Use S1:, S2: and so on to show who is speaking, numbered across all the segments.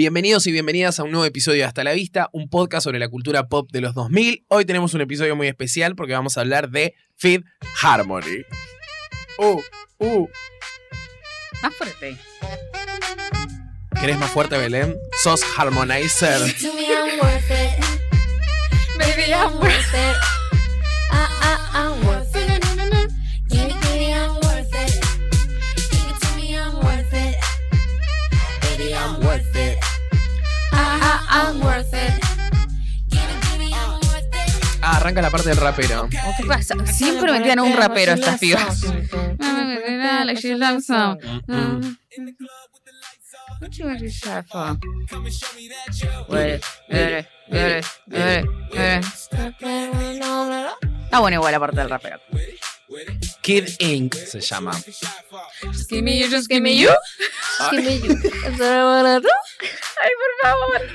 S1: Bienvenidos y bienvenidas a un nuevo episodio de Hasta la Vista, un podcast sobre la cultura pop de los 2000. Hoy tenemos un episodio muy especial porque vamos a hablar de Fifth Harmony. Uh, uh.
S2: Más fuerte.
S1: ¿Querés más fuerte, Belén? Sos Harmonizer.
S3: To me, I'm worth it.
S2: Baby,
S3: I'm worth it. I, I, I'm worth it. Give it, give it, I'm worth it. Give it to me, I'm worth it. Baby, I'm worth it. I, I, I'm worth it. Give it, give me, I'm worth it.
S1: Ah, arranca la parte del rapero.
S2: ¿Qué pasa? Siempre metían a un rapero a estas pibas.
S1: Mm,
S2: Está
S3: Stop playing with no love.
S2: bueno igual la parte del rapero.
S1: Kid Inc. se llama.
S2: Just give me you, just give me you.
S3: Give me you. That's what I wanna do.
S2: Ay, por favor.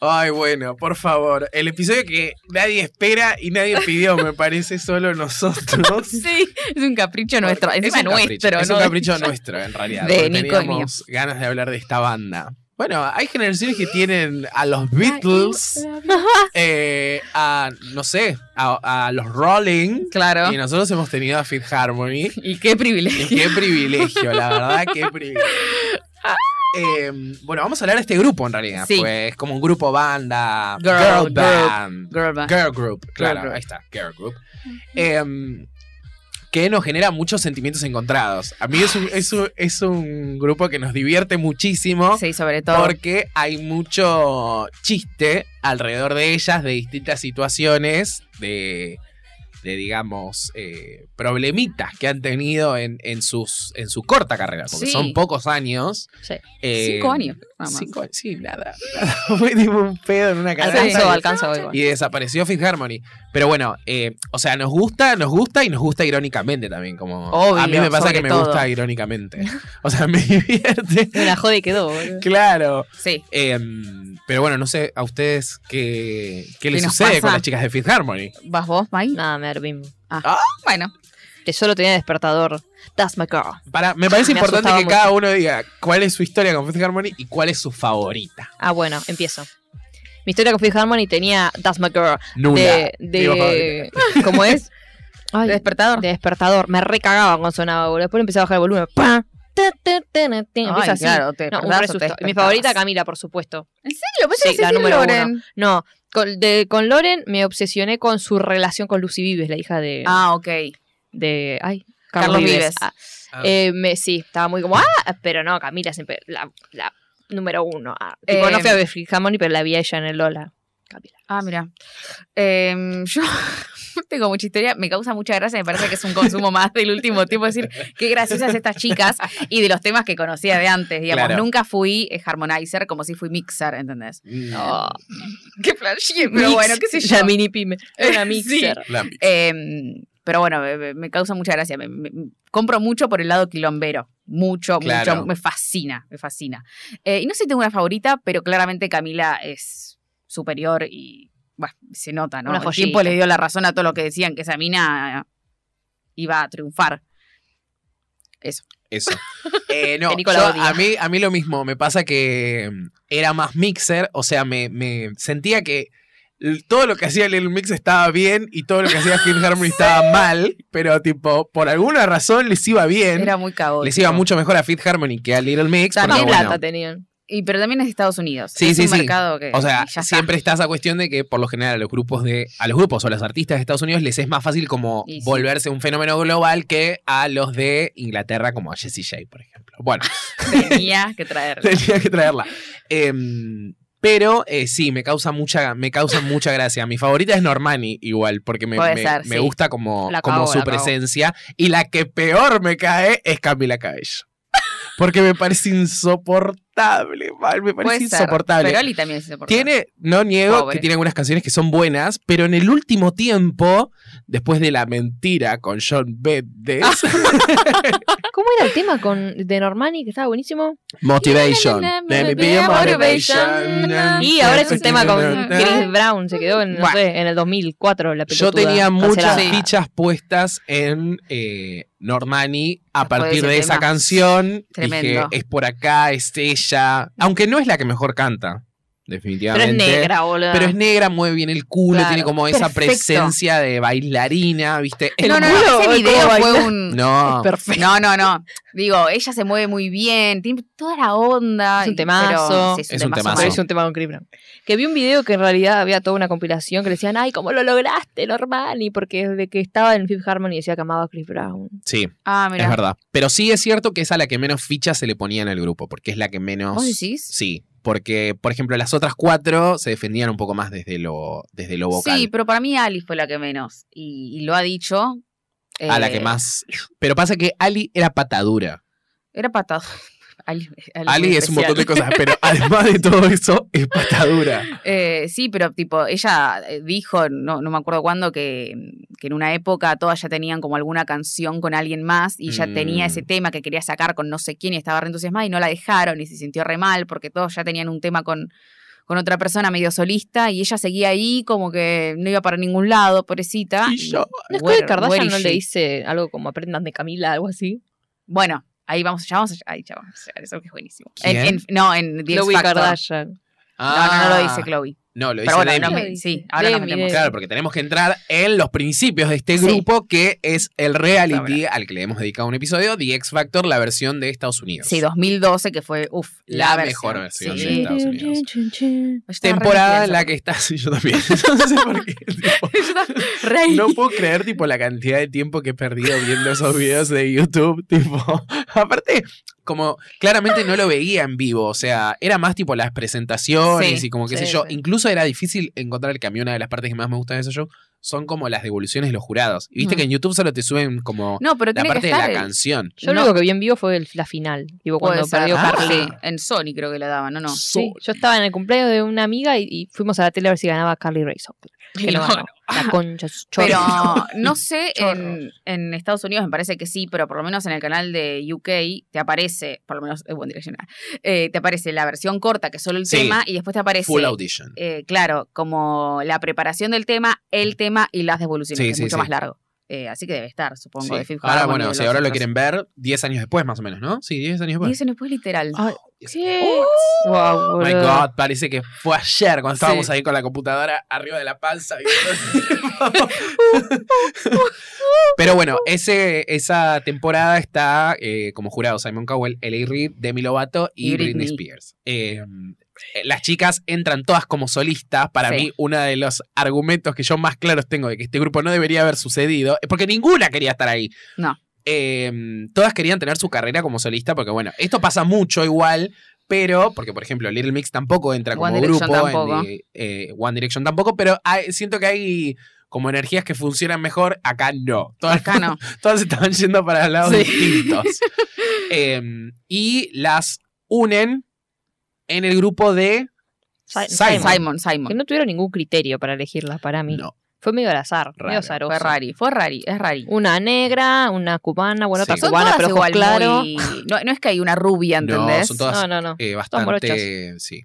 S1: Ay, bueno, por favor. El episodio que nadie espera y nadie pidió, me parece, solo nosotros.
S2: Sí, es un capricho nuestro. Encima
S1: un capricho,
S2: nuestro,
S1: es
S2: ¿no?
S1: un capricho nuestro, en realidad.
S2: De
S1: porque
S2: Nico y mío.
S1: teníamos ganas de hablar de esta banda. Bueno, hay generaciones que tienen a los Beatles, eh, a, no sé, a, a los Rolling,
S2: Claro.
S1: y nosotros hemos tenido a Fifth Harmony.
S2: Y qué
S1: Y
S2: privilegio.
S1: qué privilegio, la verdad, qué privilegio. Eh, bueno, vamos a hablar de este grupo en realidad.
S2: Ah. Sí.
S1: Pues es como un grupo banda,
S2: Girl
S1: girl,
S2: group.
S1: band.
S2: Ah. Girl band.
S1: Girl Group, claro,
S2: group.
S1: ahí está, Girl Group. Em, que nos genera muchos sentimientos encontrados. A mí es un, es un- es un grupo que nos divierte muchísimo
S2: Sí, sobre todo.
S1: porque hay mucho chiste alrededor de ellas, de distintas situaciones, de, de, digamos, eh, problemitas que han tenido en, en sus, en su corta carrera, porque
S2: Sí.
S1: son pocos años.
S2: Sí.
S1: eh,
S2: Cinco años. nada más.
S1: Cinco años, sí, nada. nada. Fue tipo un pedo en una carrera.
S2: Alcanzó, alcanzó igual.
S1: Y desapareció Fifth Harmony. Pero bueno, eh, o sea, nos gusta, nos gusta y nos gusta irónicamente también. Como
S2: Obvio,
S1: a mí me pasa
S2: sobre
S1: que me
S2: todo.
S1: gusta irónicamente. O sea, me divierte.
S2: La jode quedó, boludo.
S1: Claro.
S2: Sí.
S1: Em, pero bueno, no sé a ustedes qué, qué les
S2: ¿Qué nos
S1: sucede
S2: pasa?
S1: con las chicas de Fifth Harmony.
S2: ¿Vas vos, Mike?
S4: Nada, me dormí.
S2: Bueno.
S4: Que solo tenía despertador. That's my girl.
S1: Para,
S2: Ah,
S1: me parece
S4: Me
S1: importante
S4: asustaba
S1: que cada uno diga cuál es su historia con Fifth Harmony y cuál es su favorita.
S4: Ah, bueno, empiezo. Mi historia con Fifth Harmony tenía That's my girl.
S1: Nula.
S4: De,
S1: Digo, favorita.
S4: de ¿Cómo es? Ay,
S2: ¿De despertador?
S4: de despertador. Me recagaba cuando sonaba, boludo. Después empecé a bajar el volumen. ¡Pam! Ta, ta, ta, na, ta. Empieza así.
S2: te
S4: No,
S2: despertás
S4: un re
S2: o te
S4: susto. Y Mi
S2: despertabas.
S4: favorita, Camila, por supuesto.
S2: ¿En serio? ¿Vos
S4: Sí,
S2: eras
S4: la
S2: así,
S4: número
S2: Loren?
S4: No, con, de- con Loren me obsesioné con su relación con Lucy Vives, la hija de.
S2: Ah, ok.
S4: de ay,
S2: Carlos
S4: Carlos,
S2: Vives.
S4: Vives. Ah,
S1: Ah.
S4: eh, me- sí, estaba muy como, ah, pero no, Camila siempre, la, la número uno. ah. Tipo,
S2: Eh,
S4: no fui a ver Fifth Harmony, pero la vi a ella en el Lola. Camila.
S2: Ah, mira. Em, yo tengo mucha historia, me causa mucha gracia, me parece que es un consumo más del último tiempo, es decir, qué graciosas estas chicas y de los temas que conocía de antes, digamos.
S1: Claro.
S2: Nunca fui eh, harmonizer como si fui mixer, ¿entendés?
S1: No.
S2: Oh. Qué flashé, pero bueno, qué sé
S4: Mix,
S2: yo.
S4: La mini pyme. Una
S2: Sí.
S4: mixer.
S1: La-
S2: Em, pero bueno, me, me- me causa mucha gracia. Me- me- me- compro mucho por el lado quilombero. Mucho,
S1: Claro.
S2: mucho. Me fascina, me fascina. Eh, y no sé si tengo una favorita, pero claramente Camila es superior y bueno, se nota, ¿no?
S4: Una
S2: El
S4: joyita.
S2: tiempo le dio la razón a todo lo que decían, que esa mina iba a triunfar.
S1: Eso. Eh, no,
S4: Que Nico la
S1: yo-
S4: odia.
S1: a, mí, a mí lo mismo. Me pasa que mm, era más mixer, o sea, me, me sentía que l- todo lo que hacía Lil Mix estaba bien y todo lo que hacía Phil Harmony estaba mal, pero tipo, por alguna razón les iba bien.
S4: Em,
S2: Era muy caótico.
S1: les iba mucho mejor a Fifth Harmony que a Little Mix.
S2: Claro,
S1: porque,
S4: Qué
S2: no,
S4: plata
S1: bueno,
S4: tenían.
S2: Y, pero también es de Estados Unidos.
S1: Sí,
S2: es
S1: sí,
S2: un
S1: sí.
S2: mercado que.
S1: o sea,
S2: ya está.
S1: siempre está esa cuestión de que por lo general a los grupos de a los grupos o a los artistas de Estados Unidos les es más fácil como
S2: Y sí.
S1: volverse un fenómeno global que a los de Inglaterra como a Jessie J, por ejemplo. Bueno,
S2: Tenía que traerlo.
S1: Tenía que traerla. Em, pero eh, sí, me causa mucha, me causa mucha gracia. Mi favorita es Normani, igual, porque me,
S2: Puede
S1: me-
S2: ser,
S1: me
S2: sí.
S1: gusta como,
S2: La
S1: como
S2: cago,
S1: su
S2: la cago.
S1: presencia. Y la que peor me cae es Camila Cabello. Porque me parece insoportable, mal, me parece
S2: Puede ser.
S1: insoportable.
S2: Pero Oli también es insoportable.
S1: Tiene, no niego
S2: Pobre.
S1: que tiene algunas canciones que son buenas, pero en el último tiempo, después de la mentira con John Mendes,
S4: ¿Cómo era el tema con, de Normani que estaba buenísimo?
S1: Motivation.
S2: Let me be a motivation.
S4: Y ahora es un
S1: Este
S2: Sí.
S4: tema
S2: Sí.
S4: con Chris Brown. Se quedó en, no
S2: Bueno.
S4: sé, en el 2004 la
S1: Yo
S4: pelotuda
S1: tenía muchas
S4: cancelada.
S1: fichas puestas en eh, Normani a
S2: Después de
S1: partir
S2: ese
S1: de esa
S2: tema.
S1: canción. Dije,
S2: Tremendo.
S1: es por acá, es ella. Aunque no es la que mejor canta,
S4: Pero
S1: definitivamente.
S4: es negra, boludo.
S1: Pero es negra, mueve bien el culo,
S2: Claro,
S1: tiene como esa
S2: perfecto.
S1: presencia de bailarina, ¿viste? Es
S2: No, no,
S1: muy-
S4: culo
S2: no,
S4: o
S2: ese
S4: cómo
S2: video
S4: baila?
S2: fue un...
S1: No.
S4: perfecto.
S2: No, no, no. Digo, ella se mueve muy bien, tiene toda la onda.
S4: Es un
S2: y-
S4: temazo.
S2: pero- sí,
S1: Es un temazo.
S4: Pero hice un tema con Chris Brown. Que vi un video que en realidad había toda una compilación que le decían, ay, ¿cómo lo lograste, Normani? Porque desde que estaba en Fifth Harmony decía que amaba a Chris Brown.
S1: Sí,
S2: Ah,
S1: es
S2: mira.
S1: verdad. Pero sí es cierto que es a la que menos fichas se le ponían al grupo, porque es la que menos.
S2: ¿Vos decís?
S1: Sí, porque, por ejemplo, las otras cuatro se defendían un poco más desde lo, desde lo vocal.
S2: Sí, pero para mí Ali fue la que menos. Y, y lo ha dicho.
S1: a Ah, la
S2: eh,
S1: que más. Pero pasa que Ali era patadura.
S2: Era patado. Ali, Ali
S1: Ali
S2: muy
S1: es un montón de
S2: especial.
S1: cosas, pero además de todo eso, es patadura.
S2: Eh, sí, pero tipo, ella eh, dijo, no, no me acuerdo cuándo, que, que en una época todas ya tenían como alguna canción con alguien más y ya tenía
S1: Mm.
S2: ese tema que quería sacar con no sé quién y estaba re entusiasmada y no la dejaron y se sintió re mal porque todos ya tenían un tema con, con otra persona medio solista y ella seguía ahí como que no iba para ningún lado, pobrecita.
S1: Y yo-
S4: ¿No es
S2: where-
S4: que Kardashian
S2: where is
S4: no le
S2: she?
S4: dice algo como aprendan de Camila, algo así?
S2: Bueno, ahí vamos, ya vamos, ahí ya vamos, eso que es buenísimo. En-
S1: ¿Quién?
S2: en- no, en The X
S4: Chloe
S2: Factor.
S4: Kardashian.
S2: No, no, no
S1: Ah,
S2: lo dice Chloe.
S1: No, lo dice
S2: Pero bueno,
S1: Demi.
S2: no me-
S4: Demi.
S2: sí, ahora nos
S4: Demi,
S2: metemos.
S4: Demi.
S1: Claro, porque tenemos que entrar en los principios de este
S2: Sí.
S1: grupo que es el reality al que le hemos dedicado un episodio, The X Factor, la versión de Estados Unidos.
S2: Sí, 2012, que fue, uff, la,
S1: La
S2: versión.
S1: mejor versión
S2: Sí.
S1: de Estados Unidos.
S2: Yo estaba re
S1: Temporada en
S2: intensa.
S1: la que estás, yo también. No sé por qué, tipo,
S2: Yo estaba re ahí.
S1: No puedo creer, tipo, la cantidad de tiempo que he perdido viendo esos videos de YouTube, tipo. Aparte, como claramente no lo veía en vivo, o sea, era más tipo las presentaciones
S2: Sí,
S1: y como qué sé
S4: sí,
S1: yo.
S4: sí.
S1: Incluso era difícil encontrar que a mí una de las partes que más me gustan de ese show son como las devoluciones de los jurados. Y viste
S2: Mm.
S1: que en YouTube solo te suben como
S2: No, pero
S1: la
S2: tiene
S1: parte
S2: que
S1: de la
S2: estar el-
S1: canción.
S4: Yo
S2: No.
S4: lo único que vi en vivo fue el- la final. Digo, cuando
S2: Puede ser.
S4: perdió
S2: Ah,
S4: Carly.
S2: sí, En Sony creo que la daban, ¿no? no.
S4: Sí, yo estaba en el cumpleaños de una amiga y, y fuimos a la tele a ver si ganaba Carly Rae Jepsen, Que no,
S2: No.
S4: ganó. La concha, su chorro.
S2: Pero no sé, en,
S4: Chorros.
S2: en Estados Unidos me parece que sí, pero por lo menos en el canal de UK te aparece, por lo menos es buen direccional, eh, te aparece la versión corta, que es solo el
S1: Sí.
S2: tema, y después te aparece,
S1: Full audition.
S2: eh, claro, como la preparación del tema, el tema y las devoluciones,
S1: Sí,
S2: que es
S1: sí,
S2: mucho
S1: sí.
S2: más largo. Eh, así que debe estar, supongo,
S1: Sí.
S2: de Fifth
S1: Ahora,
S2: Harmony,
S1: bueno,
S2: de
S1: si
S2: los
S1: ahora lo
S2: otros.
S1: quieren ver 10 años después, más o menos, ¿no? Sí, 10 años
S2: Y
S1: después.
S2: eso no fue literal.
S1: Ah,
S4: Ay,
S1: Diez años después.
S4: ¿Qué? Oh, Wow,
S1: My
S4: boludo.
S1: God, parece que fue ayer cuando
S2: Sí.
S1: estábamos ahí con la computadora arriba de la panza. y- Pero bueno, ese, esa temporada está eh, como jurado Simon Cowell, L.A. Reid, Demi Lovato y,
S2: Y
S1: Britney,
S2: Britney.
S1: Spears. Eh, las chicas entran todas como solistas. Para
S2: Sí.
S1: mí, uno de los argumentos que yo más claros tengo de que este grupo no debería haber sucedido es porque ninguna quería estar ahí.
S2: No.
S1: Eh, todas querían tener su carrera como solista porque, bueno, esto pasa mucho igual, pero, porque por ejemplo, Little Mix tampoco entra como
S2: One Direction
S1: grupo, en
S2: tampoco.
S1: the- eh, One Direction tampoco, pero hay- siento que hay como energías que funcionan mejor, acá no. Todas,
S2: Acá no.
S1: todas estaban yendo para lados
S2: Sí.
S1: distintos. Eh, y las unen en el grupo de
S4: Si-
S1: Simon.
S2: Simon,
S4: Que
S2: Simon.
S4: no tuvieron ningún criterio para elegirlas para mí.
S1: No.
S4: Fue medio al azar, medio
S1: Raro.
S4: azaroso.
S2: Fue rari, fue rari, es rari.
S4: Una negra, una cubana, bueno,
S1: Sí.
S4: otra
S1: Son
S4: cubana, pero ojos claro.
S2: muy- No, no es que hay una rubia, ¿entendés?
S1: No, son todas
S4: No, no, no.
S1: eh, bastante.
S4: morochas.
S1: Sí.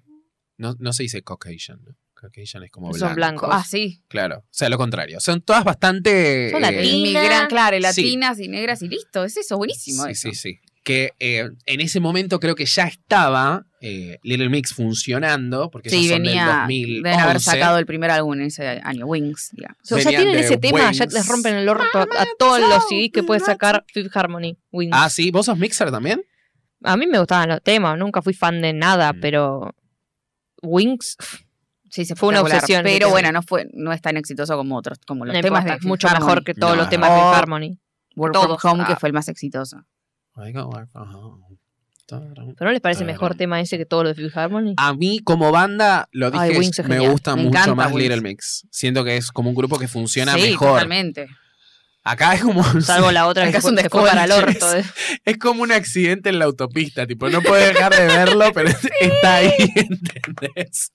S1: No, no se dice Caucasian. ¿no? Caucasian es como
S4: Son
S1: blanco.
S4: blancos.
S2: Ah, sí.
S1: Claro. O sea, lo contrario. Son todas bastante.
S4: Son latinas.
S1: sí,
S2: Inmigra- claro, y
S1: Eh, Sí.
S2: latinas y negras y listo. Es eso, buenísimo.
S1: sí,
S2: eso.
S1: sí, sí. Que eh, en ese momento creo que ya estaba eh, Little Mix funcionando, porque
S2: Sí,
S1: ellas son del
S2: venía
S1: 2011.
S2: de haber sacado el primer álbum en ese año, Wings, digamos.
S4: O sea, ya
S1: Venían
S4: tienen
S1: de
S4: ese tema, ya
S1: Wings.
S4: les rompen el orto a, a todos los CDs que puede sacar Fifth Harmony. Wings.
S1: Ah, sí. ¿Vos sos mixer también?
S4: A mí me gustaban los temas, nunca fui fan de nada,
S1: Mm.
S4: pero Wings
S2: Sí, se
S4: Fue una obsesión,
S2: Pero
S4: literal.
S2: bueno, no fue, no es tan exitoso como otros, como los
S4: no
S2: temas
S4: importa,
S2: de
S4: es mucho mejor que todos
S1: No,
S4: los
S1: no.
S4: temas de
S2: Oh.
S4: Fifth Harmony.
S2: Work
S4: todos.
S2: From Home, que
S4: Ah.
S2: fue el más exitoso.
S4: ¿Pero no les parece
S1: Ah,
S4: mejor
S1: no. Ah,
S4: tema ese que todos los de Fifth Harmony?
S1: A mí, como banda, lo dije,
S4: Ay, Wings es
S1: me
S4: genial.
S1: gusta
S2: Me
S1: mucho
S2: encanta
S1: más
S2: Wings.
S1: Little Mix. Siento que es como un grupo que funciona
S2: sí,
S1: mejor.
S2: totalmente.
S1: Acá es como.
S4: Salvo la otra
S2: Acá
S4: que
S2: es un
S4: fue, que fue para el
S1: desconche.
S4: orto.
S1: Es como un accidente en la autopista, tipo, no puedes dejar de verlo, pero está ahí, ¿entendés?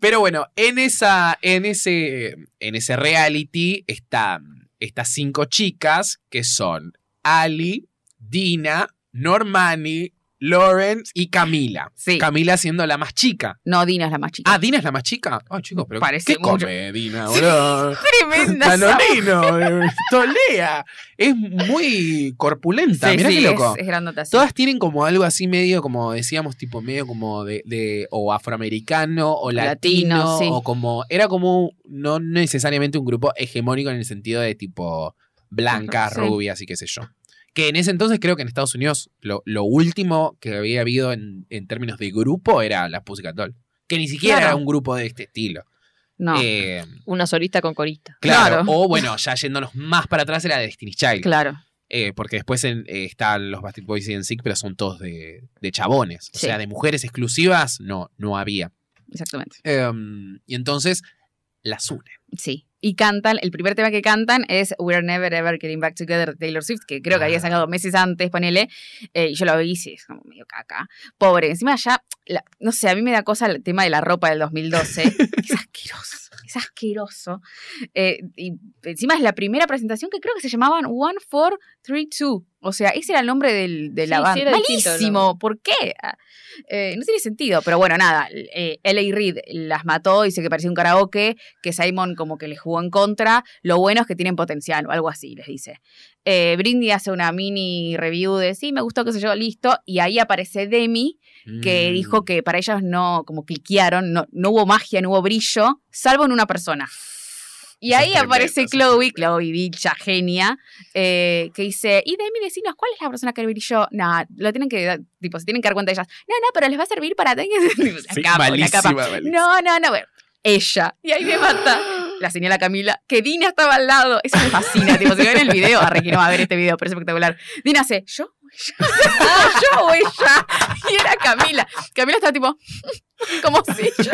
S1: Pero bueno, en esa, en ese, en ese reality están estas cinco chicas que son Ali, Dina, Normani, Lawrence y Camila.
S2: Sí.
S1: Camila siendo la más chica.
S2: No, Dina es la más chica.
S1: Ah, Dina es la más chica. Ay, chicos, pero
S2: Parece
S1: ¿qué
S2: mucho.
S1: come Dina, boludo?
S2: Tremenda.
S1: Danonino, eh, Tolea. Es muy corpulenta,
S2: Sí,
S1: mirá
S2: sí,
S1: qué loco.
S2: Es, es grandota, sí.
S1: Todas tienen como algo así medio, como decíamos, tipo medio como de, de- o afroamericano o latino,
S2: Latino, sí.
S1: o como, era como no necesariamente un grupo hegemónico en el sentido de tipo blanca,
S2: Ajá, sí.
S1: rubia, así qué sé yo. Que en ese entonces creo que en Estados Unidos lo, lo último que había habido en, en términos de grupo era la Pussycat Doll. Que ni siquiera
S2: Claro.
S1: era un grupo de este estilo.
S2: No,
S1: Eh,
S4: Una solista con corista.
S1: claro.
S2: Claro.
S1: O bueno, ya yéndonos más para atrás era Destiny's Child.
S2: claro.
S1: Eh, porque después en- eh, están los Bastard Boys y NSYNC, pero son todos de, de chabones. O
S2: Sí.
S1: sea, de mujeres exclusivas no, no había.
S2: Exactamente.
S1: Em, y entonces las unen.
S2: Sí. Y cantan, el primer tema que cantan es We're Never Ever Getting Back Together de Taylor Swift, que creo que había
S1: Ah.
S2: sacado meses antes, ponele, eh, y yo lo vi y sí, es como medio caca. Pobre, encima ya, la- no sé, a mí me da cosa el tema de la ropa del 2012. es asqueroso, es asqueroso. Eh, y encima es la primera presentación que creo que se llamaban One, Four, Three, Two. O sea, ese era el nombre del, de la
S4: Sí, sí,
S2: banda.
S4: era distinto el
S2: Malísimo, ¿por qué? Ah, eh, no tiene sentido, pero bueno, nada, eh, LA Reid las mató, dice que parecía un karaoke, que Simon como que le jugó en contra, lo bueno es que tienen potencial o algo así, les dice. Eh, Brindy hace una mini review de sí, me gustó, qué sé yo, listo, y ahí aparece Demi, que
S1: Mm.
S2: dijo que para ellos no, como cliquearon, no, no hubo magia, no hubo brillo, salvo en una persona. Y
S1: Eso es
S2: ahí
S1: tremendo, eso
S2: aparece
S1: es
S2: Chloe,
S1: tremendo.
S2: Chloe Vilcha, genia, eh, que dice, y Demi, decinos, ¿cuál es la persona que brilló? Nah, lo tienen que, dar- tipo, se tienen que dar cuenta ellas. No, no, pero les va a servir para...
S1: Sí,
S2: Una capa, una
S1: malísima,
S2: capa.
S1: malísima.
S2: No, no, no. bueno, ella. Y ahí me mata. La señala Camila, que Dina estaba al lado. Eso me fascina. tipo, si ven el video, arre que no va a ver este video, pero es espectacular. Dina hace, ¿yo o ella? ¿Yo o ella? Y era Camila. Camila estaba tipo, como si yo.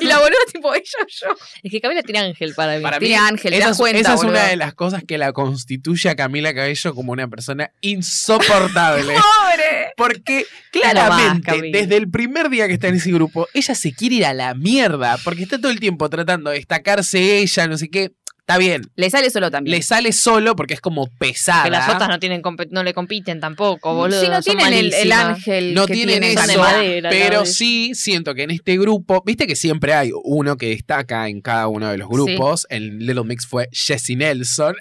S2: Y la boluda tipo, ella o yo.
S4: Es que Camila tiene ángel para mí.
S1: Para mí,
S2: Tiene Ángel, te
S1: esa,
S2: das
S1: es-
S2: cuenta,
S1: esa es una
S2: boludo.
S1: de las cosas que la constituye a Camila Cabello como una persona insoportable.
S2: ¡Pobre!
S1: Porque
S4: más,
S1: claramente,
S4: Camila.
S1: desde el primer día que está en ese grupo, ella se quiere ir a la mierda. Porque está todo el tiempo tratando de destacarse ella, no sé qué. Está bien,
S2: Le sale solo también.
S1: le sale solo porque es como pesada.
S4: Que las otras no, tienen compe- no le compiten tampoco, boludo.
S2: Sí, no
S4: son
S2: tienen el, el
S4: malísimas.
S2: ángel.
S1: No
S2: que
S1: tienen
S2: tiene.
S4: Son de
S1: eso,
S4: madera, la
S1: Pero
S4: vez.
S1: sí siento que en este grupo, viste que siempre hay uno que destaca en cada uno de los grupos. En Little Mix fue Jessie Nelson.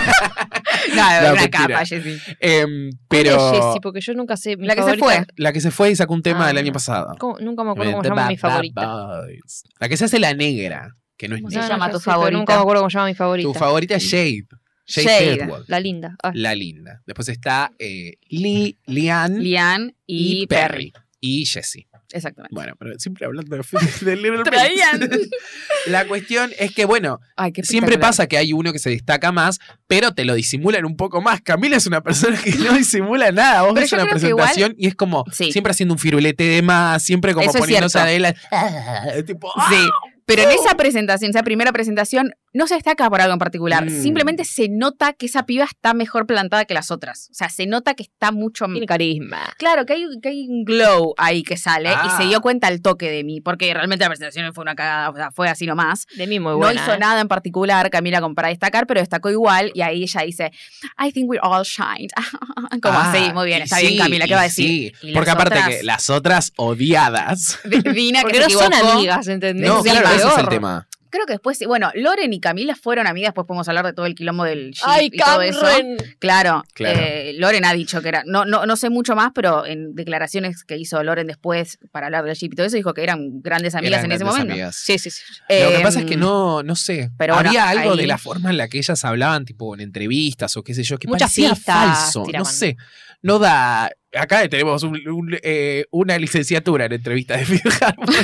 S2: No,
S1: No,
S2: una
S1: mentira.
S2: capa, Jessy.
S1: Em,
S4: ¿Cuál es
S1: pero
S4: Jessie? porque yo nunca sé. mi
S2: La que se
S4: favorita-
S2: fue.
S1: la que se fue y sacó un tema
S4: Ah,
S1: del año
S4: no.
S1: pasado.
S4: ¿Cómo? Nunca me acuerdo cómo
S1: The
S4: se llama mi
S1: Bad
S4: favorita.
S1: Boys. La que se hace la negra, que no es
S4: ¿Cómo
S2: se
S1: negra.
S2: llama
S4: Ya
S2: tu
S4: sé, pero
S2: favorita?
S4: Nunca me acuerdo cómo se llama mi
S1: Tu
S4: favorita.
S1: favorita es Shade. Shade,
S2: Shade.
S1: Edward,
S4: La linda. Ah,
S1: La linda. Después está eh, Lee, Lian
S2: Lian y, Perry.
S1: Y Jessie.
S2: Exactamente.
S1: Bueno, pero siempre hablando de, de Little Mix.
S2: Traían.
S1: La cuestión es que, bueno,
S2: Ay, qué
S1: Siempre
S2: espectacular.
S1: pasa que hay uno que se destaca más, pero te lo disimulan un poco más. Camila es una persona que no disimula nada. Vos
S2: Pero
S1: ves
S2: yo
S1: una
S2: creo que
S1: presentación y es como
S2: Sí.
S1: siempre haciendo un firulete de más, siempre como
S2: Eso es
S1: poniéndose
S2: cierto.
S1: de la. tipo, ¡ah!
S2: Sí, pero en esa presentación, esa primera presentación, no se destaca por algo en particular.
S1: Mm.
S2: Simplemente se nota que esa piba está mejor plantada que las otras. O sea, se nota que está mucho
S4: Tiene carisma.
S2: Claro, que hay, que hay un glow ahí que sale
S1: Ah.
S2: y se dio cuenta al toque de mí, porque realmente la presentación fue una cagada, o sea, fue así nomás.
S4: De mí muy buena.
S2: No hizo
S4: ¿eh?
S2: nada en particular, Camila, como para destacar, pero destacó igual. Y ahí ella dice, I think we all shined. como
S1: Ah,
S2: así, muy bien,
S1: y
S2: está
S1: sí,
S2: bien, Camila, ¿qué
S1: y
S2: va a decir?
S1: sí.
S2: Y las
S1: Porque aparte
S2: otras-
S1: que las otras odiadas.
S2: Dina, que
S4: Porque
S2: se
S4: no son
S2: equivocó.
S4: amigas, ¿entendés?
S1: No,
S4: Es el
S1: claro, ese es el
S4: peor.
S1: tema.
S2: Creo que después, sí, bueno, Loren y Camila fueron amigas, después podemos hablar de todo el quilombo del Jeep
S4: Ay,
S2: y todo eso.
S4: Cameron.
S2: Claro,
S1: Claro.
S2: eh, Loren ha dicho que era, no, no, no sé mucho más, pero en declaraciones que hizo Loren después para hablar del Jeep y todo eso, dijo que eran grandes amigas
S1: Eran
S2: en ese
S1: grandes
S2: momento.
S1: amigas.
S4: Sí, sí, sí.
S1: Lo que
S2: Eh,
S1: pasa es que no, no sé.
S2: pero bueno,
S1: había algo
S2: ahí-
S1: de la forma en la que ellas hablaban, tipo en entrevistas o qué sé yo, que
S4: Muchas
S1: parecía
S4: pistas
S1: falso. No
S4: tiraban.
S1: sé. No da. Acá tenemos un- un, eh, una licenciatura en entrevistas de Phil Harmony.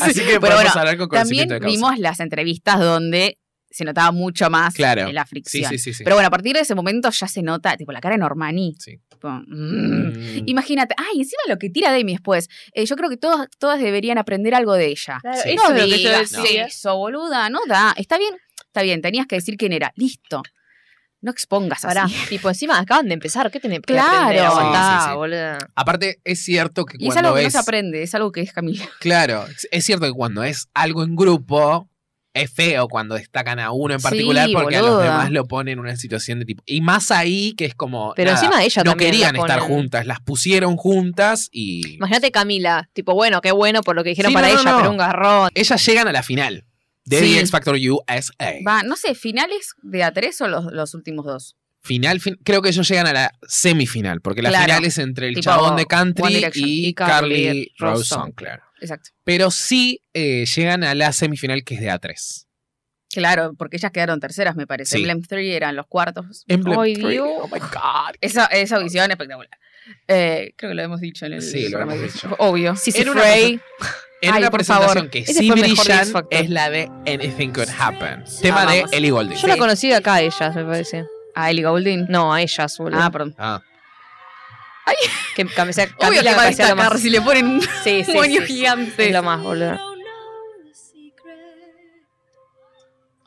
S1: Así que
S2: pero
S1: podemos
S2: bueno,
S1: hablar con
S2: También
S1: conocimiento de causa.
S2: vimos las entrevistas donde se notaba mucho más
S1: Claro.
S2: eh, la
S1: sí,
S2: fricción.
S1: sí, sí, sí.
S2: Pero bueno, a partir de ese momento ya se nota, tipo, la cara de Normani.
S1: Sí.
S2: Tipo, mm.
S1: Mm.
S2: Imagínate, ay, encima lo que tira Demi después. Eh, yo creo que todas, todas deberían aprender algo de ella.
S1: Sí.
S4: Eso
S2: No
S4: es lo que yo
S2: digas
S4: decía.
S2: eso, boluda, no da. Está bien, está bien, tenías que decir quién era. Listo. No expongas
S4: Pará,
S2: así.
S4: tipo, encima acaban de empezar. ¿Qué tenés que
S2: Claro.
S4: aprender? Aguantá,
S1: Sí, sí, sí.
S4: boluda.
S1: Aparte, es cierto que
S2: Y es
S1: cuando
S2: algo que no
S1: es.
S2: se aprende, es algo que es Camila.
S1: claro, es cierto que cuando es algo en grupo, es feo cuando destacan a uno en particular
S4: Sí,
S1: porque a los
S4: boluda.
S1: demás lo ponen en una situación de tipo. Y más ahí que es como.
S4: Pero
S1: nada,
S4: encima ella
S1: no
S4: también
S1: querían
S4: la ponen.
S1: estar juntas, las pusieron juntas y.
S4: Imagínate Camila, tipo, bueno, qué bueno por lo que dijeron
S1: Sí,
S4: para
S1: no, no,
S4: ella,
S1: no.
S4: pero un garrón.
S1: Ellas llegan a la final de
S2: Sí.
S1: The X Factor USA.
S2: Va, no sé, ¿finales de A3 o los, los últimos dos?
S1: Final, fin- creo que ellos llegan a la semifinal, porque la
S2: Claro.
S1: final es entre el
S2: Tipo,
S1: chabón de
S2: One
S1: country
S2: Direction
S1: y,
S2: y
S1: Carly,
S2: Carly
S1: Rose
S2: Rose
S1: Sinclair.
S2: Exacto.
S1: Pero sí eh, llegan a la semifinal que es de A3.
S2: Claro, porque ellas quedaron terceras, me parece.
S1: Sí.
S2: Emblem 3 eran los cuartos.
S1: Emblem
S4: Ay,
S1: Three.
S4: Dios.
S1: Oh my God.
S2: Esa, esa audición espectacular. Eh, creo que lo hemos dicho en el
S1: Sí, lo
S2: programa.
S1: hemos dicho.
S2: Obvio.
S4: Sí,
S1: Era una
S4: Frey.
S1: En
S4: Ay,
S1: una
S4: por favor.
S1: presentación que
S4: Ese
S1: sí
S4: fue el mejor
S1: brillan
S4: X Factor.
S1: es la de Anything Could Happen. Tema de
S2: Amamos.
S1: Ellie Goulding.
S4: Yo la
S2: Sí.
S4: conocí de acá a ellas, me parece.
S2: A Ah, Ellie Goulding.
S4: No, a ellas, boludo.
S2: Ah, perdón.
S1: Ah.
S4: que Cam- sea-
S2: Obvio
S4: Camila
S2: que va
S4: me
S2: a
S4: parecía lo
S2: destacar
S4: más.
S2: si le ponen un
S4: Sí, sí, sí,
S2: moño
S4: sí, sí.
S2: gigante.
S4: Es lo más, boludo.
S3: Don't know the secret.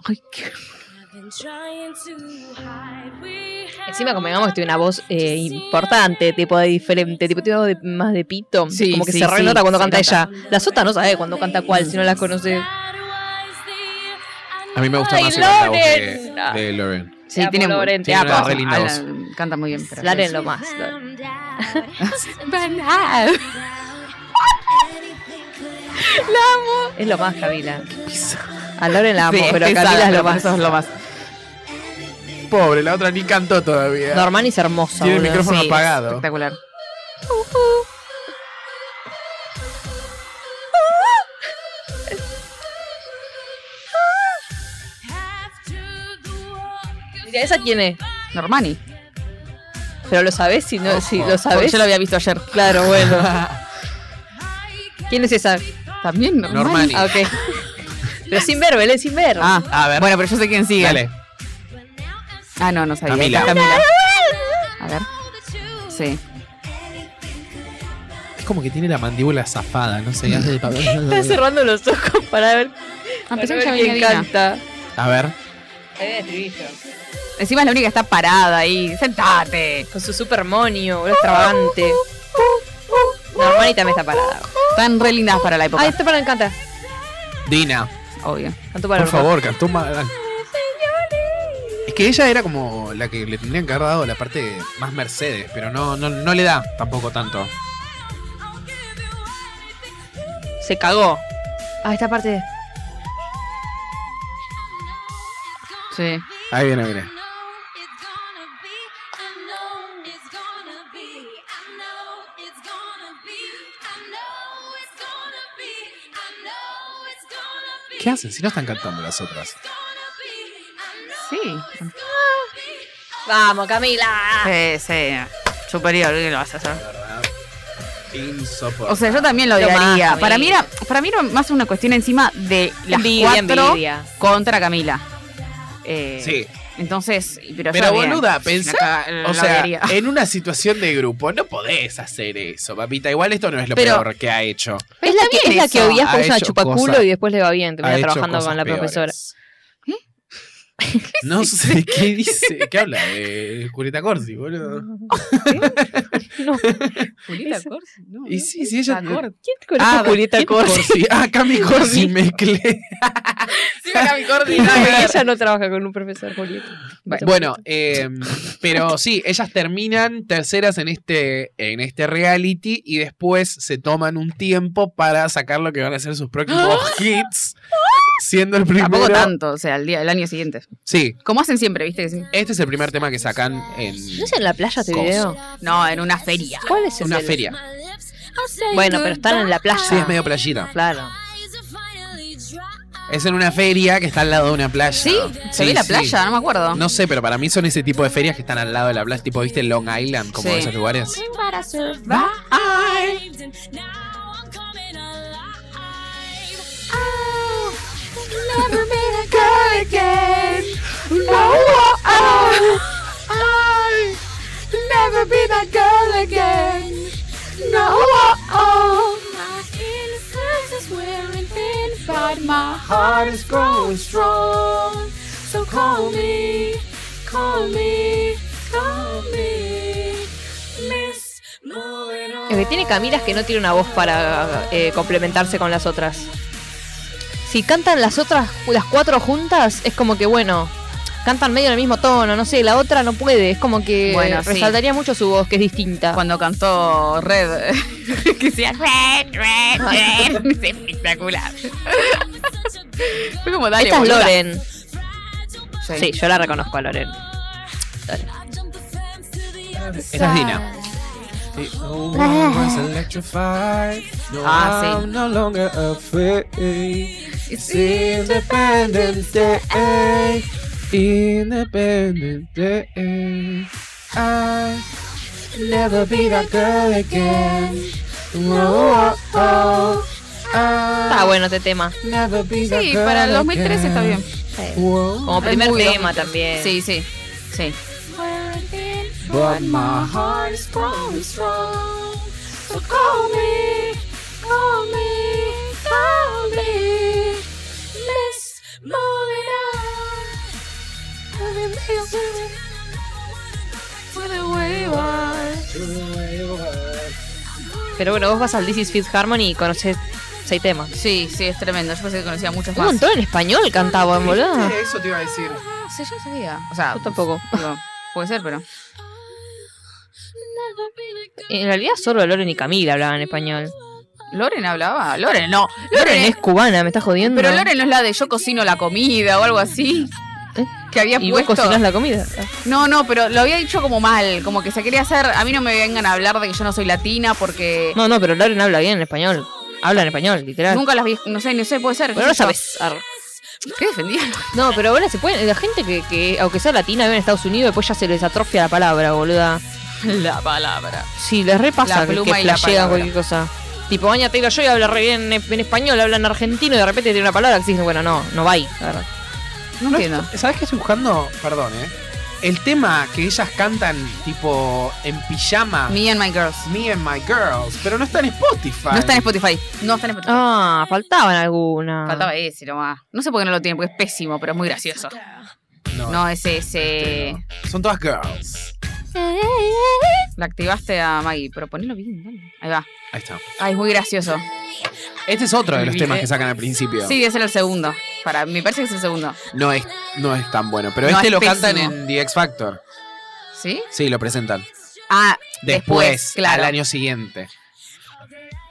S4: Ay, qué-
S3: I've been trying to hide. We
S4: Encima convengamos que tiene una voz eh, importante, tipo de diferente, tipo tiene una voz de- más de pito.
S2: Sí,
S4: como que
S2: sí,
S4: se renota
S2: sí,
S4: cuando
S2: se
S4: canta
S2: nota.
S4: ella. La sota no sabe cuándo canta cuál, si no las conoce.
S1: A mí me gusta
S4: Ay,
S1: más igual la voz de,
S4: Loren.
S1: de Lauren.
S2: Sí,
S4: Te
S2: tiene,
S4: amo, Lauren, te
S2: tiene
S1: amo.
S2: una
S1: Re linda voz.
S2: Alan canta muy bien. pero-
S4: La Lauren, lo más, Es lo más, Camila. A Lauren la amo,
S2: Sí, es
S4: pero a
S2: pesada,
S4: Camila es
S2: pero
S4: lo
S2: por
S4: más.
S2: eso es lo más.
S1: Pobre, la otra ni cantó todavía.
S4: Normani es hermosa.
S1: Tiene el
S4: boludo.
S1: micrófono
S4: Sí.
S1: apagado.
S2: Espectacular.
S4: Mira, ¿Esa quién es?
S2: Normani.
S4: Pero lo sabés, si no, si lo
S2: Porque
S4: sabés.
S2: Yo lo había visto ayer.
S4: Claro, bueno. Ah, ¿Quién es esa?
S2: También
S1: Normani.
S2: Normani.
S4: Ah, ok. Pero sin ver, Belén, sin ver.
S2: Ah,
S1: A ver.
S2: bueno, pero yo sé quién sigue.
S1: Dale.
S2: Ah, no, no sabía.
S1: Camila.
S2: Está Camila. A ver. Sí.
S1: Es como que tiene la mandíbula zafada, no sé. hace-
S4: Está cerrando los ojos para ver,
S2: Ah, pensé
S4: para
S2: que ya
S4: ver
S2: venía
S4: quién
S2: Dina.
S4: canta.
S1: A ver.
S2: Encima es la única que está parada ahí. ¡Sentate!
S4: Con su super monio, boludo, extravagante. Normani también está parada.
S2: Están re lindas para la época.
S4: Ay, está para encanta.
S1: Dina.
S2: Obvio.
S4: Cantó para
S1: Por
S4: Orfa.
S1: favor, cantó mal. Es que ella era como la que le tendrían que haber dado la parte más Mercedes, pero no, no, no le da tampoco tanto.
S4: Se cagó. Ah, esta parte.
S2: Sí.
S1: Ahí viene, viene. ¿Qué hacen si no están cantando las otras?
S2: Sí.
S4: Ah. Vamos, Camila.
S2: Sí, sí. Superior, ¿qué lo vas a hacer?
S1: Insoportable.
S2: O sea, yo también lo
S4: Lo más,
S2: odiaría.
S4: Camila.
S2: para, mí era, para mí era más una cuestión encima de las
S4: Envidia,
S2: cuatro
S4: envidia.
S2: contra Camila. Eh,
S1: Sí,
S2: Entonces, pero,
S1: pero
S2: yo bien,
S1: boluda,
S2: yo
S1: pensá,
S2: ca-
S4: eh,
S2: lo
S1: o sea,
S2: odiaría.
S1: en una situación de grupo no podés hacer eso, papita. Igual esto no es lo
S4: Pero-
S1: peor que ha hecho.
S4: Es la que,
S2: bien
S4: es la que
S2: eso.
S4: odias
S1: Ha
S4: porque es una
S1: hecho
S4: chupaculo
S1: cosas-
S4: y después le va bien.
S1: Ha
S4: Termina
S1: hecho
S4: trabajando
S1: cosas
S4: con la
S1: peores. ¿Eh?
S4: profesora.
S1: No sé qué dice, qué habla de Julieta Corsi, boludo.
S4: No.
S2: Julieta
S4: Eso.
S2: Corsi, no,
S1: Y
S2: no.
S1: sí, Ah, sí,
S4: Ah,
S1: ella.
S2: La Corsi.
S4: ¿Quién te conoce Julieta
S1: ¿quién
S4: Corsi?
S1: Ah, Cami Corsi mezclé.
S4: Ella no trabaja con un profesor, Julieta.
S1: Bueno, eh, pero sí, ellas terminan terceras en este, en este reality y después se toman un tiempo para sacar lo que van a ser sus próximos hits, siendo el
S2: Tampoco
S1: primero.
S2: tanto, o sea, el, día, el año siguiente.
S1: Sí,
S2: Como hacen siempre, ¿viste? Que sí.
S1: este es el primer tema que sacan en
S4: ¿No es en la playa este
S1: Cosa.
S4: video?
S2: No, en una feria.
S4: ¿Cuál es ese?
S1: una
S4: el-
S1: feria.
S4: Bueno, pero están en la playa.
S1: Sí, es medio playita.
S4: Claro.
S1: Es en una feria que está al lado de una playa.
S2: ¿Sí? ¿Se ve la
S1: sí.
S2: playa? No me acuerdo.
S1: No sé, pero para mí son ese tipo de ferias que están al lado de la playa, tipo, ¿viste? Long Island, como
S2: Sí.
S1: esos lugares.
S2: Va.
S4: Lo que tiene Camila es que no tiene una voz para eh, complementarse con las otras. si cantan las otras, las cuatro juntas, es como que bueno, cantan medio en el mismo tono, no sé, la otra no puede, es como que
S2: Bueno, sí.
S4: resaltaría mucho su voz, que es distinta.
S2: Cuando cantó Red, que decía Red, Red, Red. Es espectacular. Fue como dale,
S4: Esta es
S2: boluda.
S4: Loren.
S2: Sí.
S4: Sí, yo la reconozco a Loren.
S1: Esa es Dina. Oh,
S2: Ah, Uh. sí.
S1: I'm no longer afraid.
S2: It's
S1: Independent Day. Independent Day. I never be that girl again. No, oh, oh. I
S4: Está bueno este tema.
S1: never be that
S2: Sí,
S1: girl
S2: para el 2003 está
S1: again.
S2: bien.
S1: Whoa.
S4: Como
S2: Es
S4: primer
S2: muy
S4: tema
S2: 2003.
S4: también.
S2: Sí, sí. Sí.
S1: But my heart is
S4: Pero bueno, vos vas al This is Fifth Harmony y conoces seis temas.
S2: Sí, sí, es tremendo. Yo pensé que conocía muchos
S4: Un
S2: más.
S4: montón en español cantaban,
S2: Ah.
S4: boludo. Ah,
S1: Eso te iba a decir.
S2: Sí, yo sabía. O sea,
S4: Yo tampoco.
S2: digo, puede ser, pero.
S4: En realidad solo Loren y Camila hablaban español.
S2: ¿Loren hablaba? Loren, no.
S4: Loren es cubana, me estás jodiendo.
S2: Pero Loren no es la de yo cocino la comida o algo así.
S4: ¿Eh?
S2: Que había
S4: ¿Y vos
S2: puesto.
S4: cocinás la comida?
S2: No, no, pero lo había dicho como mal. Como que se quería hacer. A mí no me vengan a hablar de que yo no soy latina porque.
S4: No, no, pero Loren habla bien en español. Habla en español, literal.
S2: Nunca las vi. No sé, no sé, puede ser.
S4: Pero no
S2: qué
S4: lo
S2: sé yo.
S4: sabes. Arr.
S2: ¿Qué defendía?
S4: No, pero ahora se puede. La gente que, que, aunque sea latina, vive en Estados Unidos, después ya se les atrofia la palabra, boluda.
S2: La palabra.
S4: Sí, les repasa
S2: La
S4: que,
S2: pluma
S4: que
S2: y la
S4: flashean
S2: palabra.
S4: cualquier cosa. Tipo, Baña Taylor yo y habla re bien en, en español, habla en argentino y de repente tiene una palabra que dicen, bueno, no, no va ahí. la verdad.
S2: No entiendo.
S1: ¿Sabes qué estoy buscando? Perdón, ¿eh? El tema que ellas cantan, tipo, en pijama.
S2: Me and my girls.
S1: Me and My Girls. Pero no está en Spotify.
S2: No está en Spotify. No está en Spotify.
S4: Ah, faltaban algunas.
S2: Faltaba ese nomás. No sé por qué no lo tienen, porque es pésimo, pero es muy gracioso.
S1: No,
S2: No, eh. es ese.
S1: no. Son todas girls.
S2: La activaste a Maggie, pero ponelo bien, dale. Ahí va.
S1: Ahí está.
S2: Ay, es muy gracioso.
S1: Este es otro de los
S2: Sí,
S1: temas
S2: eh.
S1: que sacan al principio.
S2: Sí, debe ser el segundo. Para, me parece que es el segundo.
S1: No es, no es tan bueno. Pero
S2: No,
S1: este
S2: es
S1: lo
S2: pésimo.
S1: cantan en The X Factor.
S2: ¿Sí?
S1: Sí, lo presentan.
S2: Ah,
S1: Después,
S2: Después, claro. Ah,
S1: al año siguiente.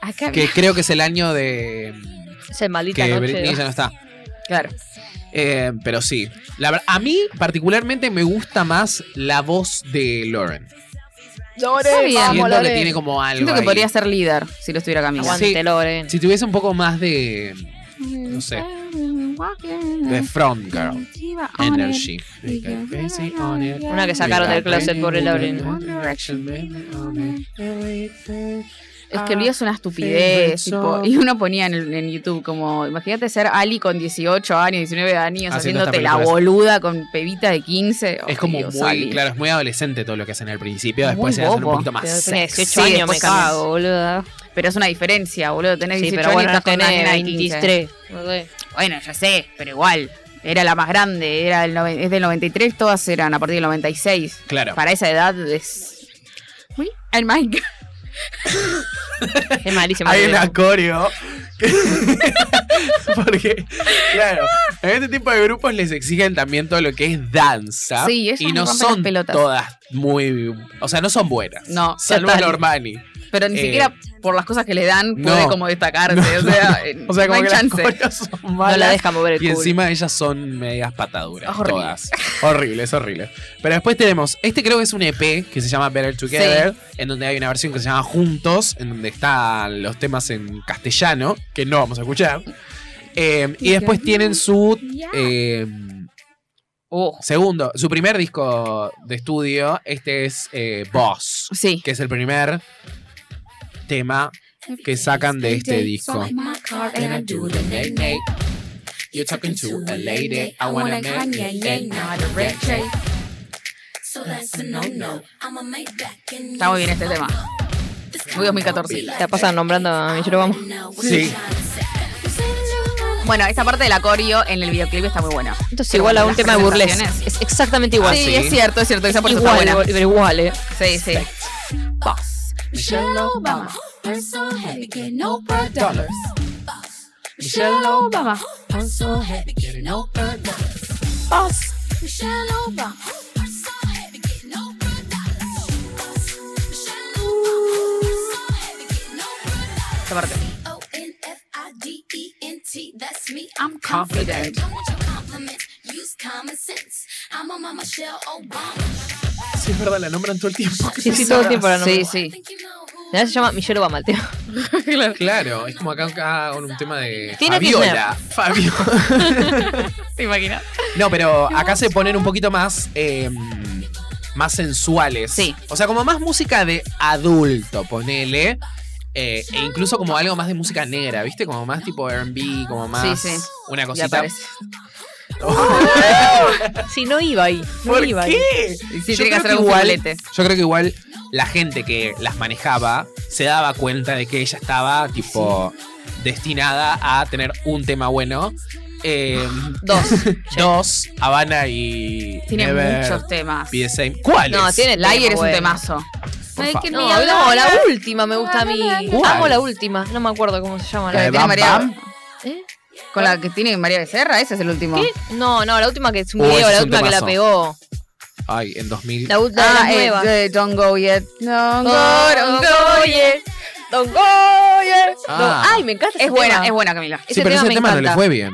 S2: acá
S1: Que
S2: había-
S1: creo que es el año de.
S4: Esa maldita
S1: Que
S4: noche.
S1: Britney ya no está.
S2: Claro.
S1: Eh, pero sí. La, ver- a mí, particularmente, me gusta más la voz de Lauren.
S2: Está bien.
S1: Siento que tiene como algo.
S2: Siento que
S1: ahí.
S2: podría ser líder si lo estuviera Camila.
S4: Aguante,
S1: Sí.
S4: Loren.
S1: Si tuviese un poco más de. No sé. De Front Girl. Energy.
S4: Una que sacaron del closet, pobre Lauren.
S2: Es
S4: Ah,
S2: que el video es una estupidez. tipo, y uno ponía en, el- en YouTube como, imagínate ser Ali con 18 años, 19 años,
S1: Haciendo
S2: haciéndote
S1: esta
S2: la
S1: película.
S2: boluda con pebita de 15. Oh,
S1: Es como
S2: Dios,
S1: muy,
S2: Ali.
S1: claro, es muy adolescente todo lo que hacen al principio,
S2: Muy
S1: después se hacen un
S2: bobo.
S1: poquito más
S4: Tenía
S1: sexy.
S4: 18
S2: Sí,
S4: años, me
S2: después cambió.
S4: cago, boluda.
S2: Pero es una diferencia, boludo. Tenés
S4: Sí,
S2: 18
S4: pero bueno,
S2: años
S4: no
S2: con una
S4: tenés
S2: nena de 15.
S4: 23. no sé.
S2: Bueno, ya sé, pero igual. Era la más grande, era el noven- es del 93, todas eran a partir del 96.
S1: Claro.
S2: Para esa edad es. Uy, el Mike.
S4: Es malísimo.
S1: Hay
S4: el
S1: un
S4: video.
S1: acorio. Porque, claro, en este tipo de grupos les exigen también todo lo que es danza.
S2: Sí, ellas
S1: y no
S2: nos rompen las
S1: son
S2: pelotas.
S1: todas muy. O sea, no son buenas.
S2: No,
S1: Salvo
S2: total.
S1: a Normani.
S2: Pero ni
S1: Eh,
S2: siquiera por las cosas que le dan puede
S1: no.
S2: como destacarse. o sea, eh,
S1: O sea,
S2: no
S1: como que
S2: hay
S1: las
S2: chance.
S1: coreos son
S4: No
S1: malas.
S4: la deja mover el
S1: Y
S4: culo.
S1: encima ellas son medias pataduras.
S2: Horrible.
S1: Todas. Horrible, es horrible. Pero después tenemos, este creo que es un EP que se llama Better Together, en donde hay una versión que se llama Juntos, en donde están los temas en castellano, que no vamos a escuchar. Eh, y después tienen su eh,
S2: Uh,
S1: segundo, su primer disco de estudio, este es eh, Boss,
S2: sí.
S1: que es el primer tema que sacan de este disco. Can I do the nay nay? You're talking to a lady. I wanna make it nay not a red
S3: tray. So that's a no-no. I'ma make back in
S2: Está muy bien este tema. Muy 2014.
S4: La pasan nombrando a Michelle Obama.
S1: Sí.
S2: Bueno, esta parte del acorio en el videoclip está muy buena.
S4: Esto es
S2: Pero
S4: igual a
S2: bueno,
S4: un
S2: las
S4: tema de burlesque.
S2: presentaciones.
S4: Ah, Es exactamente igual.
S2: sí,
S1: sí.
S2: es cierto, es cierto. Esa parte está
S4: Igual,
S2: buena.
S4: pero igual, eh.
S2: Sí, sí.
S3: Boss, Michelle Obama. Purse so heavy, get no per dollars. Boss, Michelle Obama. I'm so happy getting over this. Us, Michelle Obama. We're so happy getting over this. Us, Michelle Obama. We're so happy getting over this.
S2: Esta parte.
S3: O N F I D E N T. That's me. I'm confident. Don't want your compliments. Use common sense. I'm on my Michelle Obama.
S1: Sí, es verdad, la nombran todo el tiempo.
S4: Sí, sí, todo el tiempo la
S2: Sí,
S4: nombro.
S2: sí.
S3: Think you know who.
S4: Nada, se llama Michelle Obama el tema.
S1: Claro, es como acá, acá con un tema de
S4: Tiene que
S1: Fabiola. Fabio-
S2: ¿Te imaginas?
S1: No, pero acá se ponen un poquito más eh, más sensuales.
S2: Sí.
S1: O sea, como más música de adulto, ponele. eh, e incluso como algo más de música negra, ¿viste? Como más tipo R&B, como más
S2: Sí, sí.
S1: una
S2: Ya
S1: cosita.
S2: aparece.
S4: Sí, no iba ahí. No
S1: ¿Por
S4: iba ahí.
S1: qué?
S2: Sí, tiene que
S1: creo
S2: hacer algún
S1: igual,
S2: doblete.
S1: yo creo que igual la gente que las manejaba se daba cuenta de que ella estaba tipo destinada a tener un tema bueno. Eh,
S4: Dos.
S1: dos, Habana y
S2: Tiene
S1: Never
S2: muchos temas.
S1: Be the Same. ¿Cuáles?
S4: No, tiene
S2: Liger es un
S4: bueno.
S2: temazo.
S1: Por
S2: Ay,
S1: favor.
S2: que
S4: No,
S2: ni hablar.
S4: no, la última me gusta a mí.
S1: ¿Cuál?
S4: Amo la última. No me acuerdo cómo se llama.
S1: La de
S4: La
S2: tiene
S1: Bam
S2: María-
S1: Bam.
S4: ¿Eh?
S2: Con la que tiene María Becerra, ese es el último.
S4: ¿Qué? No, no, la última que es un
S1: Oh,
S4: video,
S1: ese es
S4: la
S1: un
S4: última que la
S1: temazo.
S4: pegó.
S1: Ay, en 2000.
S4: La última
S2: Ah,
S4: de
S2: eh,
S4: las nuevas.
S2: eh, don't go yet. Don't go,
S4: Don
S2: don't go yet.
S4: Goye. Don Goye.
S1: Ah.
S4: Don- Ay, me encanta. ese
S2: Es buena,
S4: tema.
S2: es buena, Camila.
S1: sí, pero ese
S4: me
S1: tema no le
S4: encanta.
S1: fue bien.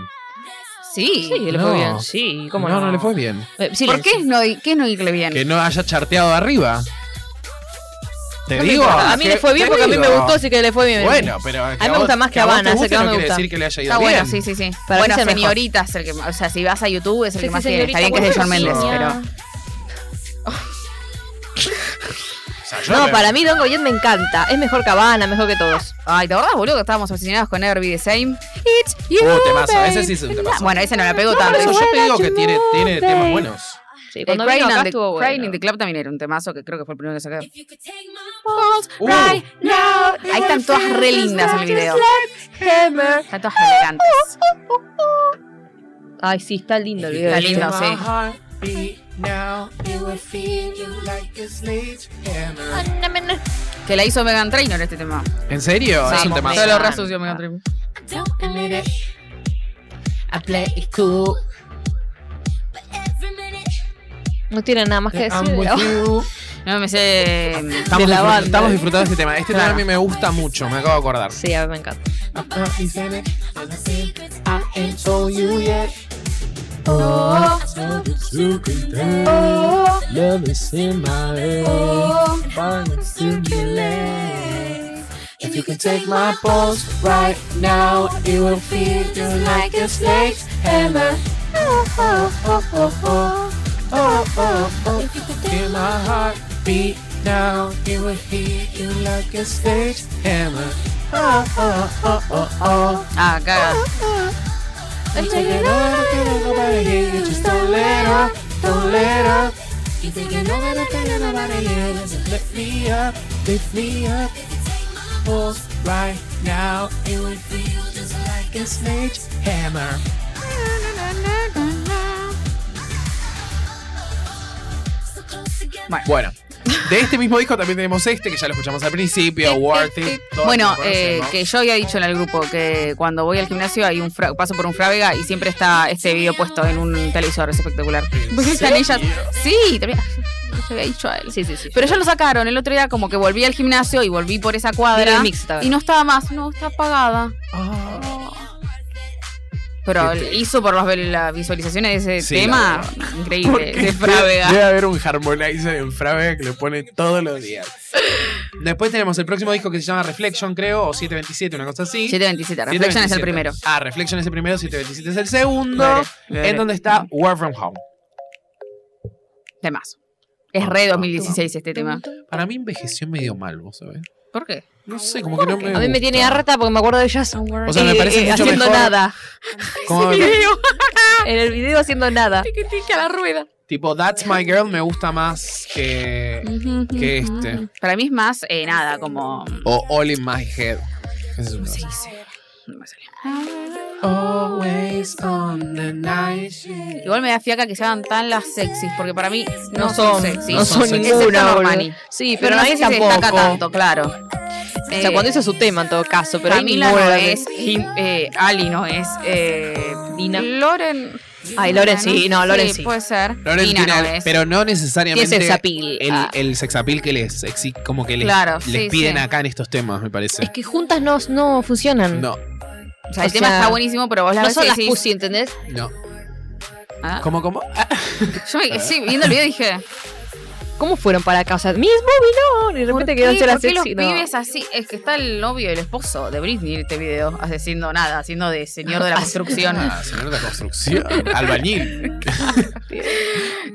S2: Sí.
S4: Sí, le fue
S1: No.
S4: bien. Sí, cómo no.
S1: no, no le fue bien.
S4: Eh,
S2: ¿Por
S4: silencio.
S2: qué es no, qué es no irle bien?
S1: Que no haya charteado arriba. Te
S4: No me
S1: digo.
S4: importa. A mí
S1: que-
S4: le fue bien
S1: te
S4: porque a mí me
S1: digo.
S4: gustó, así que le fue bien.
S1: Bueno, pero.
S4: me gusta más que Habana,
S1: a vos te
S4: ese que
S1: guste
S4: más
S1: no
S4: me
S1: quiere
S4: gusta. Ah,
S1: decir que le haya ido
S2: Está
S1: bien.
S2: bueno, sí, sí, sí.
S4: Para
S2: bueno,
S4: mí es el mejor.
S2: señorita es el que más. O sea, si vas a YouTube es el
S4: Sí,
S2: que más
S4: sí,
S2: tiene. Está bien que es de
S4: señorita,
S2: Shawn Mendes, pero.
S4: bueno,
S1: O sea, yo
S4: No,
S1: le-
S4: para mí Don Goyet me encanta. Es mejor que Habana, mejor que todos.
S2: Ay, ¿te acordás, boludo, que estábamos obsesionados con Every the Same? It's you.
S1: Uh, temazo. Ese sí es un temazo.
S2: Bueno, ese no la pegó
S4: No,
S2: tanto.
S1: Por eso
S4: pero
S1: yo te digo
S4: Buena
S1: que tiene, tiene
S4: Chimota.
S1: temas buenos.
S4: Sí,
S2: Eh,
S4: cuando
S2: Crying
S4: vino
S2: in
S4: acá
S2: the-
S4: estuvo
S2: Crying in
S4: bueno.
S2: the Club también era un temazo que creo que fue el primero que saqué.
S3: If you could take my
S1: Uh,
S2: Right now. Ahí están todas re lindas en el video. Están todas elegantes.
S4: Ay, sí, está lindo el video.
S2: Está
S4: de este
S2: lindo,
S4: tema.
S2: sí. Que la hizo Megan Trainor este tema.
S1: ¿En serio? es un
S4: Vamos,
S1: temazo.
S2: Todo lo
S4: Megan.
S2: resucio Megan Trainor.
S3: Don't admit it.
S1: I play it cool.
S3: But every minute.
S4: No tiene nada más que
S1: I'm
S4: decir.
S1: with you.
S2: No me sé.
S1: Estamos,
S4: la eh.
S1: disfrut-
S4: banda.
S1: estamos disfrutando de este tema. Este tema
S2: Claro.
S1: a mí me gusta mucho, me acabo de acordar.
S4: Sí, a mí me encanta.
S3: If you can take my pulse right now, it will feel just like a snake's hammer. Oh, oh, oh, oh, oh. Oh, oh, oh. If you could take my heart.
S1: Beat now, it will hit you like a sledgehammer.
S2: Ah, caga.
S3: Take it all, take it all, nobody here, you just don't let up, don't let up. You think you know that I think that nobody here, just let me up, lift me up. Pulse right now, it would feel just like a sledgehammer.
S2: Bueno.
S1: Bueno, de este mismo disco también tenemos este que ya lo escuchamos al principio, Worth It. todos
S2: Eh, Bueno,
S1: lo
S2: eh,
S1: conocemos.
S2: que yo había dicho en el grupo que cuando voy al gimnasio hay un fra- paso por un frávega y siempre está este video puesto en un televisor, es espectacular. Porque están ellas. Sí, también. yo había dicho a él.
S4: Sí, sí, sí.
S2: Pero ya lo sacaron el otro día, como que volví al gimnasio y volví por esa
S4: Tiene
S2: cuadra.
S4: el mix también.
S2: Y no estaba más, no, está apagada. Pero
S1: Ah. Qué
S2: hizo por los vel- las visualizaciones de ese
S1: Sí,
S2: tema, increíble, de frávega.
S1: Debe haber un harmonizer en Frávega que lo pone todos los días. Después tenemos el próximo disco que se llama Reflection, creo, o 727, una cosa así.
S2: 727, Reflection es el
S1: 727.
S2: primero.
S1: Ah, Reflection es el primero, 727 es el segundo.
S2: Lo veré, lo veré.
S1: En donde está War From Home.
S2: Temazo. Es re 2016 este tema.
S1: Para mí envejeció medio mal, vos sabés.
S2: ¿Por qué?
S1: No sé, como que no me.
S4: A mí me
S1: gusta.
S4: tiene harta porque me acuerdo de ellas o
S1: sea, me parece mucho
S4: haciendo
S1: mejor.
S4: nada.
S1: Como-
S4: En el video haciendo nada.
S2: a la rueda.
S1: Tipo, That's My Girl me gusta más que, que este.
S2: Para mí es más eh, nada, como.
S1: O All in My Head. Ese es uno.
S2: no me sale.
S1: Always on the night shift.
S2: Igual me da fiaca que sean tan las sexys, porque para mí no,
S4: No son,
S2: sexys.
S4: no
S1: son
S4: son
S1: sexys.
S2: Excepto
S4: ninguna,
S2: Normani.
S4: boludo. Sí, pero,
S2: no
S4: ahí
S2: sé si se destaca
S4: tampoco.
S2: tanto, Eh, claro.
S4: O sea, cuando hizo su tema en todo caso, pero hay
S2: Camila
S4: ninguna
S2: no
S4: de-
S2: es, Jim- eh, Ali no es, eh,
S4: Dina.
S2: Loren.
S4: Ay, Loren sí, no, Loren sí.
S2: Puede ser.
S1: Loren
S2: Dina
S1: tiene-
S2: no es.
S1: pero no
S4: Tiene
S1: necesariamente
S4: sexapil.
S1: el,
S4: Ah.
S1: el sexapil que les exi- como que les,
S2: Claro,
S1: les
S2: sí,
S1: piden
S2: sí.
S1: acá en estos temas, me
S4: Es
S1: parece.
S4: que juntas no, no funcionan. No,
S1: No,
S2: o sea, el
S4: o
S2: tema
S4: sea,
S2: está buenísimo, pero vos la ves
S4: son
S2: y
S4: las
S2: decís-
S4: pussy, ¿entendés?
S1: no.
S2: Ah.
S1: ¿Cómo, cómo? Ah,
S2: Yo me, sí, viendo el video dije,
S4: ¿Cómo fueron para acá? O sea, Miss Bobby no. Y de
S2: ¿por
S4: repente
S2: qué,
S4: quedó ser
S2: por qué los
S4: sexy. No.
S2: pibes así? Es que está el novio y el esposo de Britney en este video, haciendo nada, haciendo de señor de la construcción.
S1: ah, señor de la construcción. Albañil.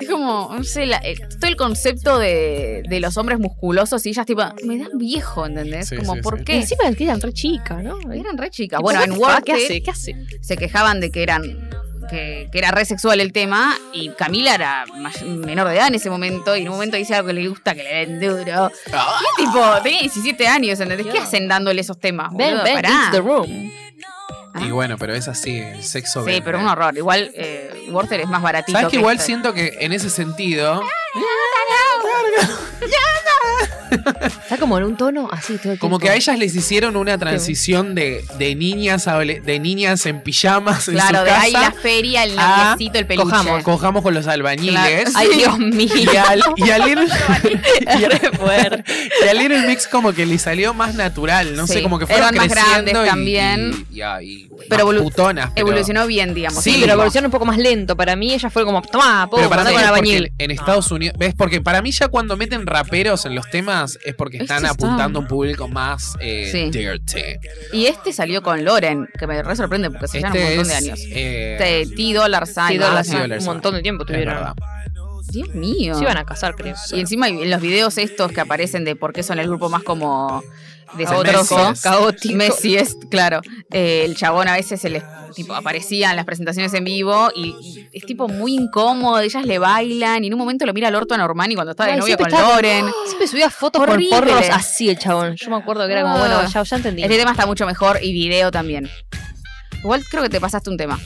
S2: Es como, no sé, la- eh, todo el concepto de, de los hombres musculosos y ellas tipo, me dan viejo, ¿entendés?
S1: Sí,
S2: como,
S1: sí,
S2: ¿por
S1: sí.
S2: qué?
S4: Encima que eran re chicas, ¿no?
S2: Eran re chicas. Ah, Bueno, en
S4: World
S2: Word
S4: ¿Qué hace? ¿Qué hace?
S2: se quejaban de que eran que, que era re sexual el tema y Camila era may- menor de edad en ese momento y en un momento dice algo que le gusta que le den duro.
S1: Ah,
S2: Y tipo, tenía 17 años, ¿entendés? ¿Qué hacen dándole esos temas?
S4: Ven,
S2: boludo?
S4: ven,
S2: Pará.
S4: it's the room.
S1: Y bueno, pero es así, el sexo
S2: Ah. Sí,
S1: vende.
S2: pero un horror. Igual eh, Worther es más baratito.
S1: ¿Sabes que igual
S2: este.
S1: siento que en ese sentido.
S4: Está como en un tono así todo el
S1: Como que
S4: tiempo.
S1: a ellas les hicieron una transición de, de niñas adole- de niñas en pijamas en
S2: Claro,
S1: su
S2: de
S1: casa.
S2: ahí la feria, el
S1: a-
S2: noviecito, el peluche.
S1: Cojamos, cojamos con los albañiles.
S4: Ay, Dios mío.
S1: Y al, y al Little, y al-
S4: Re fuerte.
S1: y al Little Mix como que le salió más natural, no sé,
S2: Sí,
S1: como que fueron
S2: eran más
S1: creciendo
S2: grandes
S1: y-
S2: también.
S1: y- y- ah, y más
S2: Pero evolu-
S1: putonas, pero-
S2: Evolucionó bien, digamos.
S1: Sí,
S4: Sí,
S2: tipo,
S4: pero evoluciona un poco más lento. Para mí ella fue como, tomá,
S1: Pero
S4: puedo
S1: para
S4: andar
S1: mí
S4: con
S1: es porque
S4: albañil.
S1: en Estados Unidos, ¿ves? Porque para mí ya cuando meten raperos en los temas es porque
S2: Esto
S1: están
S2: está-
S1: apuntando a un público más eh,
S2: Sí.
S1: dirty.
S2: Y este salió con Loren, que me re sorprende porque se llevan un
S1: Este
S2: montón de
S1: es,
S2: años.
S1: eh,
S2: Este, T-Dollar Sign.
S1: T Dollar
S2: ah,
S1: Sign. sí,
S4: un montón de tiempo
S1: es
S4: tuvieron.
S1: verdad. Ah.
S2: Dios mío.
S4: Se iban a casar, creo.
S2: Y encima en los videos estos que aparecen de por qué son el grupo más como
S1: Messi
S2: desastroso,
S1: es.
S2: caótico. Messi es, claro. Eh, el chabón a veces se les tipo aparecía en las presentaciones en vivo y, y es tipo muy incómodo, ellas le bailan y en un momento lo mira al orto a Normani cuando está de
S4: Ay,
S2: novia
S4: siempre
S2: con
S4: estaba- "Ah,
S2: Loren.
S4: Siempre subía fotos
S2: Horrible.
S4: con porros así el chabón. Ah. Yo me acuerdo que era como, bueno, ya, ya entendí.
S2: Este tema está mucho mejor y video también. Igual creo que te pasaste un tema.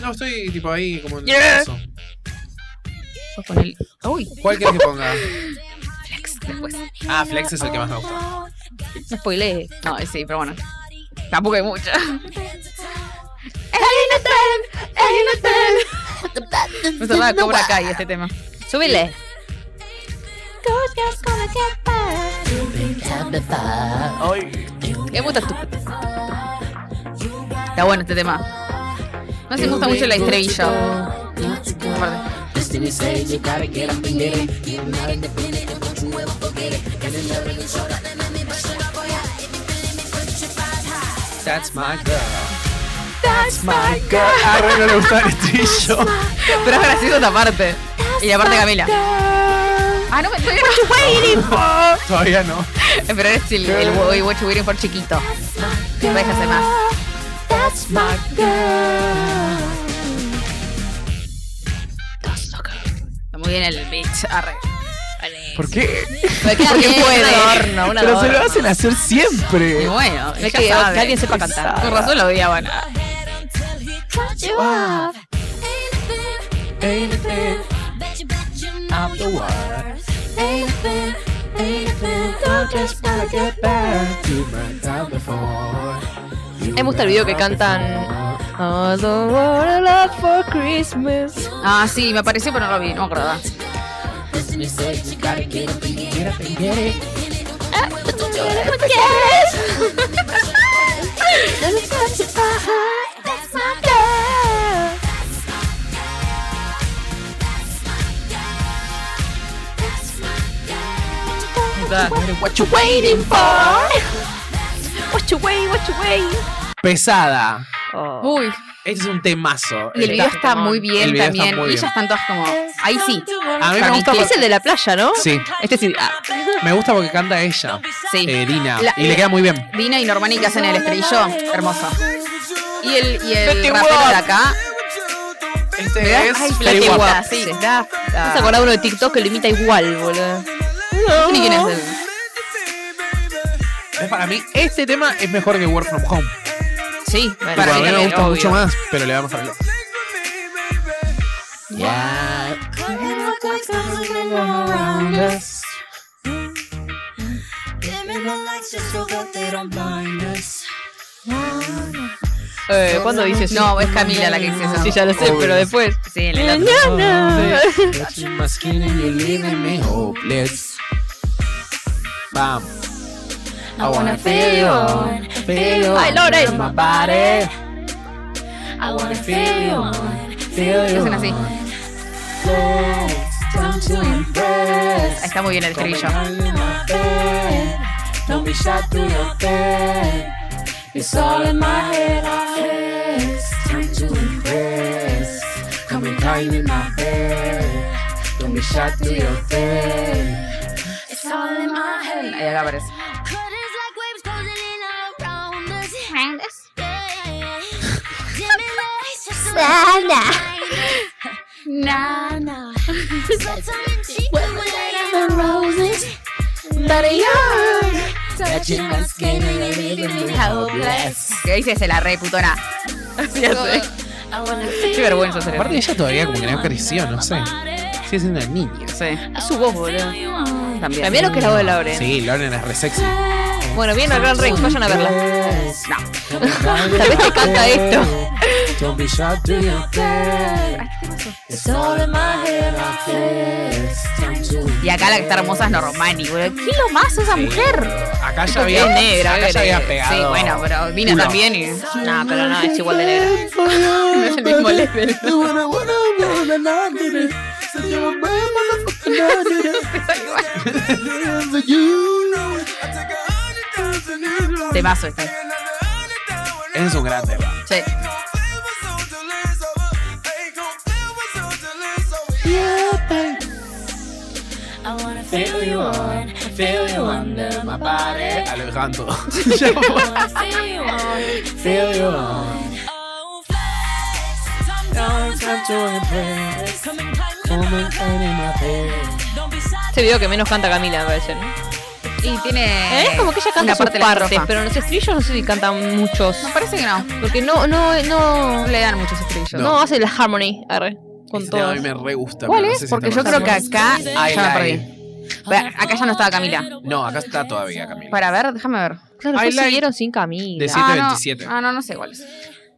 S1: No, estoy tipo ahí como en
S4: Yeah.
S1: eso.
S2: Vos con el- Uy,
S1: ¿Cuál quieres que ponga?
S2: después.
S1: Ah, Flex es el que más me gusta.
S4: No spoileé.
S2: No, sí, pero bueno. Tampoco hay mucha. Me sonaba Cobra Kai este tema.
S4: Súbile. Me gusta tu-
S2: Está bueno este tema. No se me gusta mucho la estrella. Aparte.
S1: That's my girl. That's my girl. Ah, bueno, no le gusta el estribillo.
S2: Pero es gracioso esta parte. Y la parte de Camila. Ah, no me estoy
S1: Todavía no.
S2: Pero es el, el Boy Watch Waiting for chiquito. No déjase más. Está muy bien el bitch. Arre.
S1: ¿Por qué?
S4: Me queda
S2: Porque
S4: bien,
S2: puede.
S4: un adorno, un
S1: Pero se lo
S4: adorno.
S1: hacen hacer
S2: Y
S1: siempre.
S2: bueno,
S4: Me
S2: ya
S4: quedo,
S2: sabe.
S4: que alguien sepa cantar.
S2: Con razón lo odiaban.
S4: Me gusta el video que cantan. I don't wanna love for Christmas.
S2: Ah, sí, me apareció, pero no lo vi, no me acordaba. Está-
S4: Watch away, watch away.
S1: Pesada.
S4: Oh.
S2: Uy,
S1: Este es un temazo.
S2: y el video está muy bien
S1: El video está
S2: también.
S1: muy
S2: y
S1: bien.
S2: ellas están todas como. Ahí sí.
S1: A mí me gusta
S4: Es el de la playa, ¿no?
S1: Sí.
S4: Este sí. ah,
S1: Me gusta porque canta ella.
S2: Sí.
S1: eh, Dina.
S2: La-
S1: y le queda muy bien.
S2: Dina y Normani que hacen el estribillo. Hermoso. Y el, y el rapero de acá.
S1: Este es
S2: Ay,
S1: Fetty
S2: Fetty
S1: Wap.
S2: Wap, sí. Da-
S4: ¿No
S2: da-
S4: se acuerda uno de TikTok que lo imita igual, boludo?
S2: No sé ni quién es el.
S1: Es Para mí, este tema es mejor que Work From Home.
S2: Sí,
S1: Para
S2: para
S1: mí
S2: mí
S1: me
S2: también,
S1: gusta
S2: obvio.
S1: mucho más, pero le vamos a hablar.
S3: just so that they don't blind us.
S4: Eh, ¿Cuándo dices?
S2: No, es Camila la que dice eso.
S4: Sí, ya lo sé,
S1: Obvio.
S4: pero después.
S2: Sí, el
S4: No,
S2: helado.
S4: no.
S1: Touching my skin and you're leaving me hopeless. Vamos.
S3: I wanna feel you on, feel you
S4: Ay,
S3: on
S4: Lore.
S3: my body. I wanna feel you on, feel you
S2: Hacen así.
S3: on. Yes, down to your breast.
S2: Está muy bien el estribillo.
S3: Don't be shy through your bed. It's all in my head. Time to impress. Come and climb in my bed. Don't be shy through your bed. It's all in my head.
S2: Ahí acá aparece.
S3: Curtains like waves closing in all around us. Yeah. Dimming lights just to Nah, nah. Sweats on the cheek when I'm the roses. But you're touching my skin and you're leaving me helpless.
S2: Que dice se la re putona.
S4: Ya sé.
S3: I wanna
S2: Qué vergüenza hacer
S1: Aparte
S2: eso.
S1: ella todavía como que no creció, no sé. Sí, es una niña.
S2: Sí.
S4: Es su voz, boludo.
S2: También.
S4: También lo que es la voz de Lauren.
S1: Sí, Lauren es re sexy.
S4: Bueno, bien, al Gran Rex, vayan a verla.
S2: No.
S4: Tal vez te canta esto.
S3: Don't be shy to your bed. It's all in my head. I feel it's time to
S2: Y acá la que está hermosa es Normani, boludo. ¿Quién lo más esa mujer?
S1: Acá ya
S2: Porque
S1: había,
S2: es negra,
S1: acá ya
S2: eh.
S1: había pegado.
S2: Sí, bueno, pero Dina
S1: Culo.
S2: también y.
S4: No, pero no, es igual de negra.
S1: No
S4: es el mismo level.
S2: Temazo este.
S1: Es un gran tema.
S2: Sí.
S3: I wanna feel you on, feel you under my body.
S1: Alejandro.
S3: I wanna feel you on, Oh, feel you on. Now it's time to impress. Come and climb in my bed.
S4: Este video que menos canta Camila, me parece. ¿no?
S2: Y tiene.
S4: Es ¿Eh? como que ella
S2: una
S4: canta sus
S2: parte de la
S4: partes,
S2: estrofa.
S4: pero en los estribillos no sé si cantan muchos.
S2: No, parece que no.
S4: Porque no, no, no.
S2: No le dan muchos estribillos.
S4: No, hace la harmony, arre, con
S1: Ese tema a
S4: todos.
S1: mí me re gusta.
S4: ¿Cuál
S1: pero no
S4: es?
S1: sé si
S2: Porque
S1: está
S2: yo creo que
S1: conocido.
S2: acá
S1: Ay,
S2: ya la
S1: ay.
S2: perdí. Ve, Acá ya no estaba Camila.
S1: No, acá está todavía, Camila.
S2: Para ver, déjame ver.
S4: Claro,
S1: I
S4: que
S1: like-
S4: siguieron sin
S1: De
S4: Camila.
S1: sí-
S2: Ah, no.
S1: 727.
S2: Ah, no, no sé cuál es.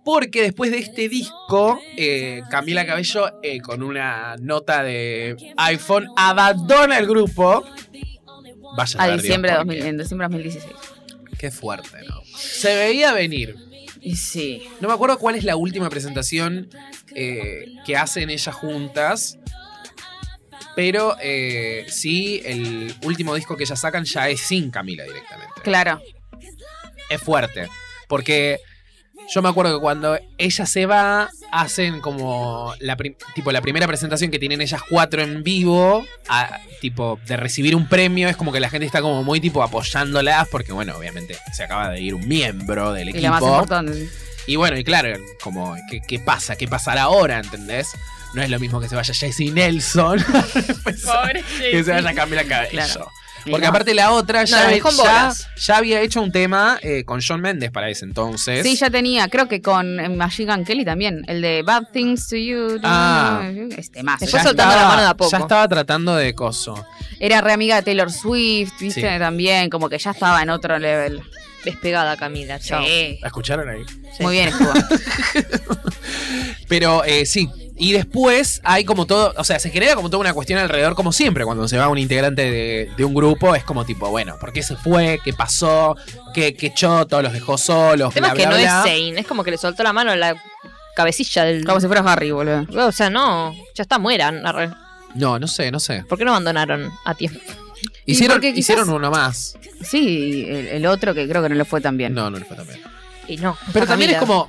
S1: Porque después de este disco, eh, Camila Cabello, eh, con una nota de iPhone, abandona el grupo. Vaya
S2: A
S1: ver, Dios,
S2: Ah, diciembre de
S1: por
S4: Ah,
S2: 2000, en diciembre de 2016.
S1: qué. Qué fuerte, ¿no? Se veía venir.
S2: Y sí.
S1: No me acuerdo cuál es la última presentación eh, que hacen ellas juntas. Pero eh, sí, el último disco que ellas sacan ya es sin Camila directamente.
S2: Claro.
S1: es fuerte. Porque yo me acuerdo que cuando ella se va, hacen como la, prim- tipo, la primera presentación que tienen ellas cuatro en vivo, a- tipo de recibir un premio, es como que la gente está como muy tipo apoyándolas, porque bueno, obviamente se acaba de ir un miembro del
S2: Y la más
S1: equipo.
S2: importante.
S1: Y bueno, y claro, como, ¿qué, qué pasa? ¿Qué pasará ahora? ¿Entendés? No es lo mismo que se vaya Jessie Nelson, que se vaya Camila Cabello.
S2: Claro.
S1: Porque
S2: No.
S1: aparte la otra
S4: No,
S1: ya,
S4: la dejó en
S1: ya-
S4: bolas.
S1: ya había hecho un tema eh, con John Méndez para ese entonces.
S2: Sí, ya tenía, creo que con eh, Machine Gun Kelly también, el de Bad Things to You.
S1: Ah.
S2: Este más.
S4: Fue soltando la mano de a poco.
S1: ya estaba tratando de coso.
S2: Era re amiga de Taylor Swift, viste,
S1: Sí.
S2: también, como que ya estaba en otro level.
S4: Despegada Camila, chao.
S2: Sí.
S1: ¿La escucharon ahí?
S2: Muy bien estuvo.
S1: Pero eh, sí. Y después hay como todo, o sea, se genera como toda una cuestión alrededor, como siempre, cuando se va un integrante de, de un grupo, es como tipo, bueno, ¿por qué se fue? ¿Qué pasó? ¿Qué, qué choto? ¿Los dejó solos?
S4: El tema
S1: Bla,
S4: es que
S1: bla,
S4: no
S1: bla.
S4: es Zane, es como que le soltó la mano a la cabecilla del.
S2: como si fuera Harry, boludo.
S4: O sea, no, ya está, mueran. arre.
S1: No, no sé, no sé.
S4: ¿Por qué no abandonaron a tiempo?
S2: Y
S1: Hicieron,
S2: porque quizás-
S1: hicieron uno más.
S2: Sí, el, el otro que creo que no le fue tan bien.
S1: No, no le fue tan bien.
S4: Y no.
S1: Pero
S4: está
S1: también es
S4: Camila.
S1: como.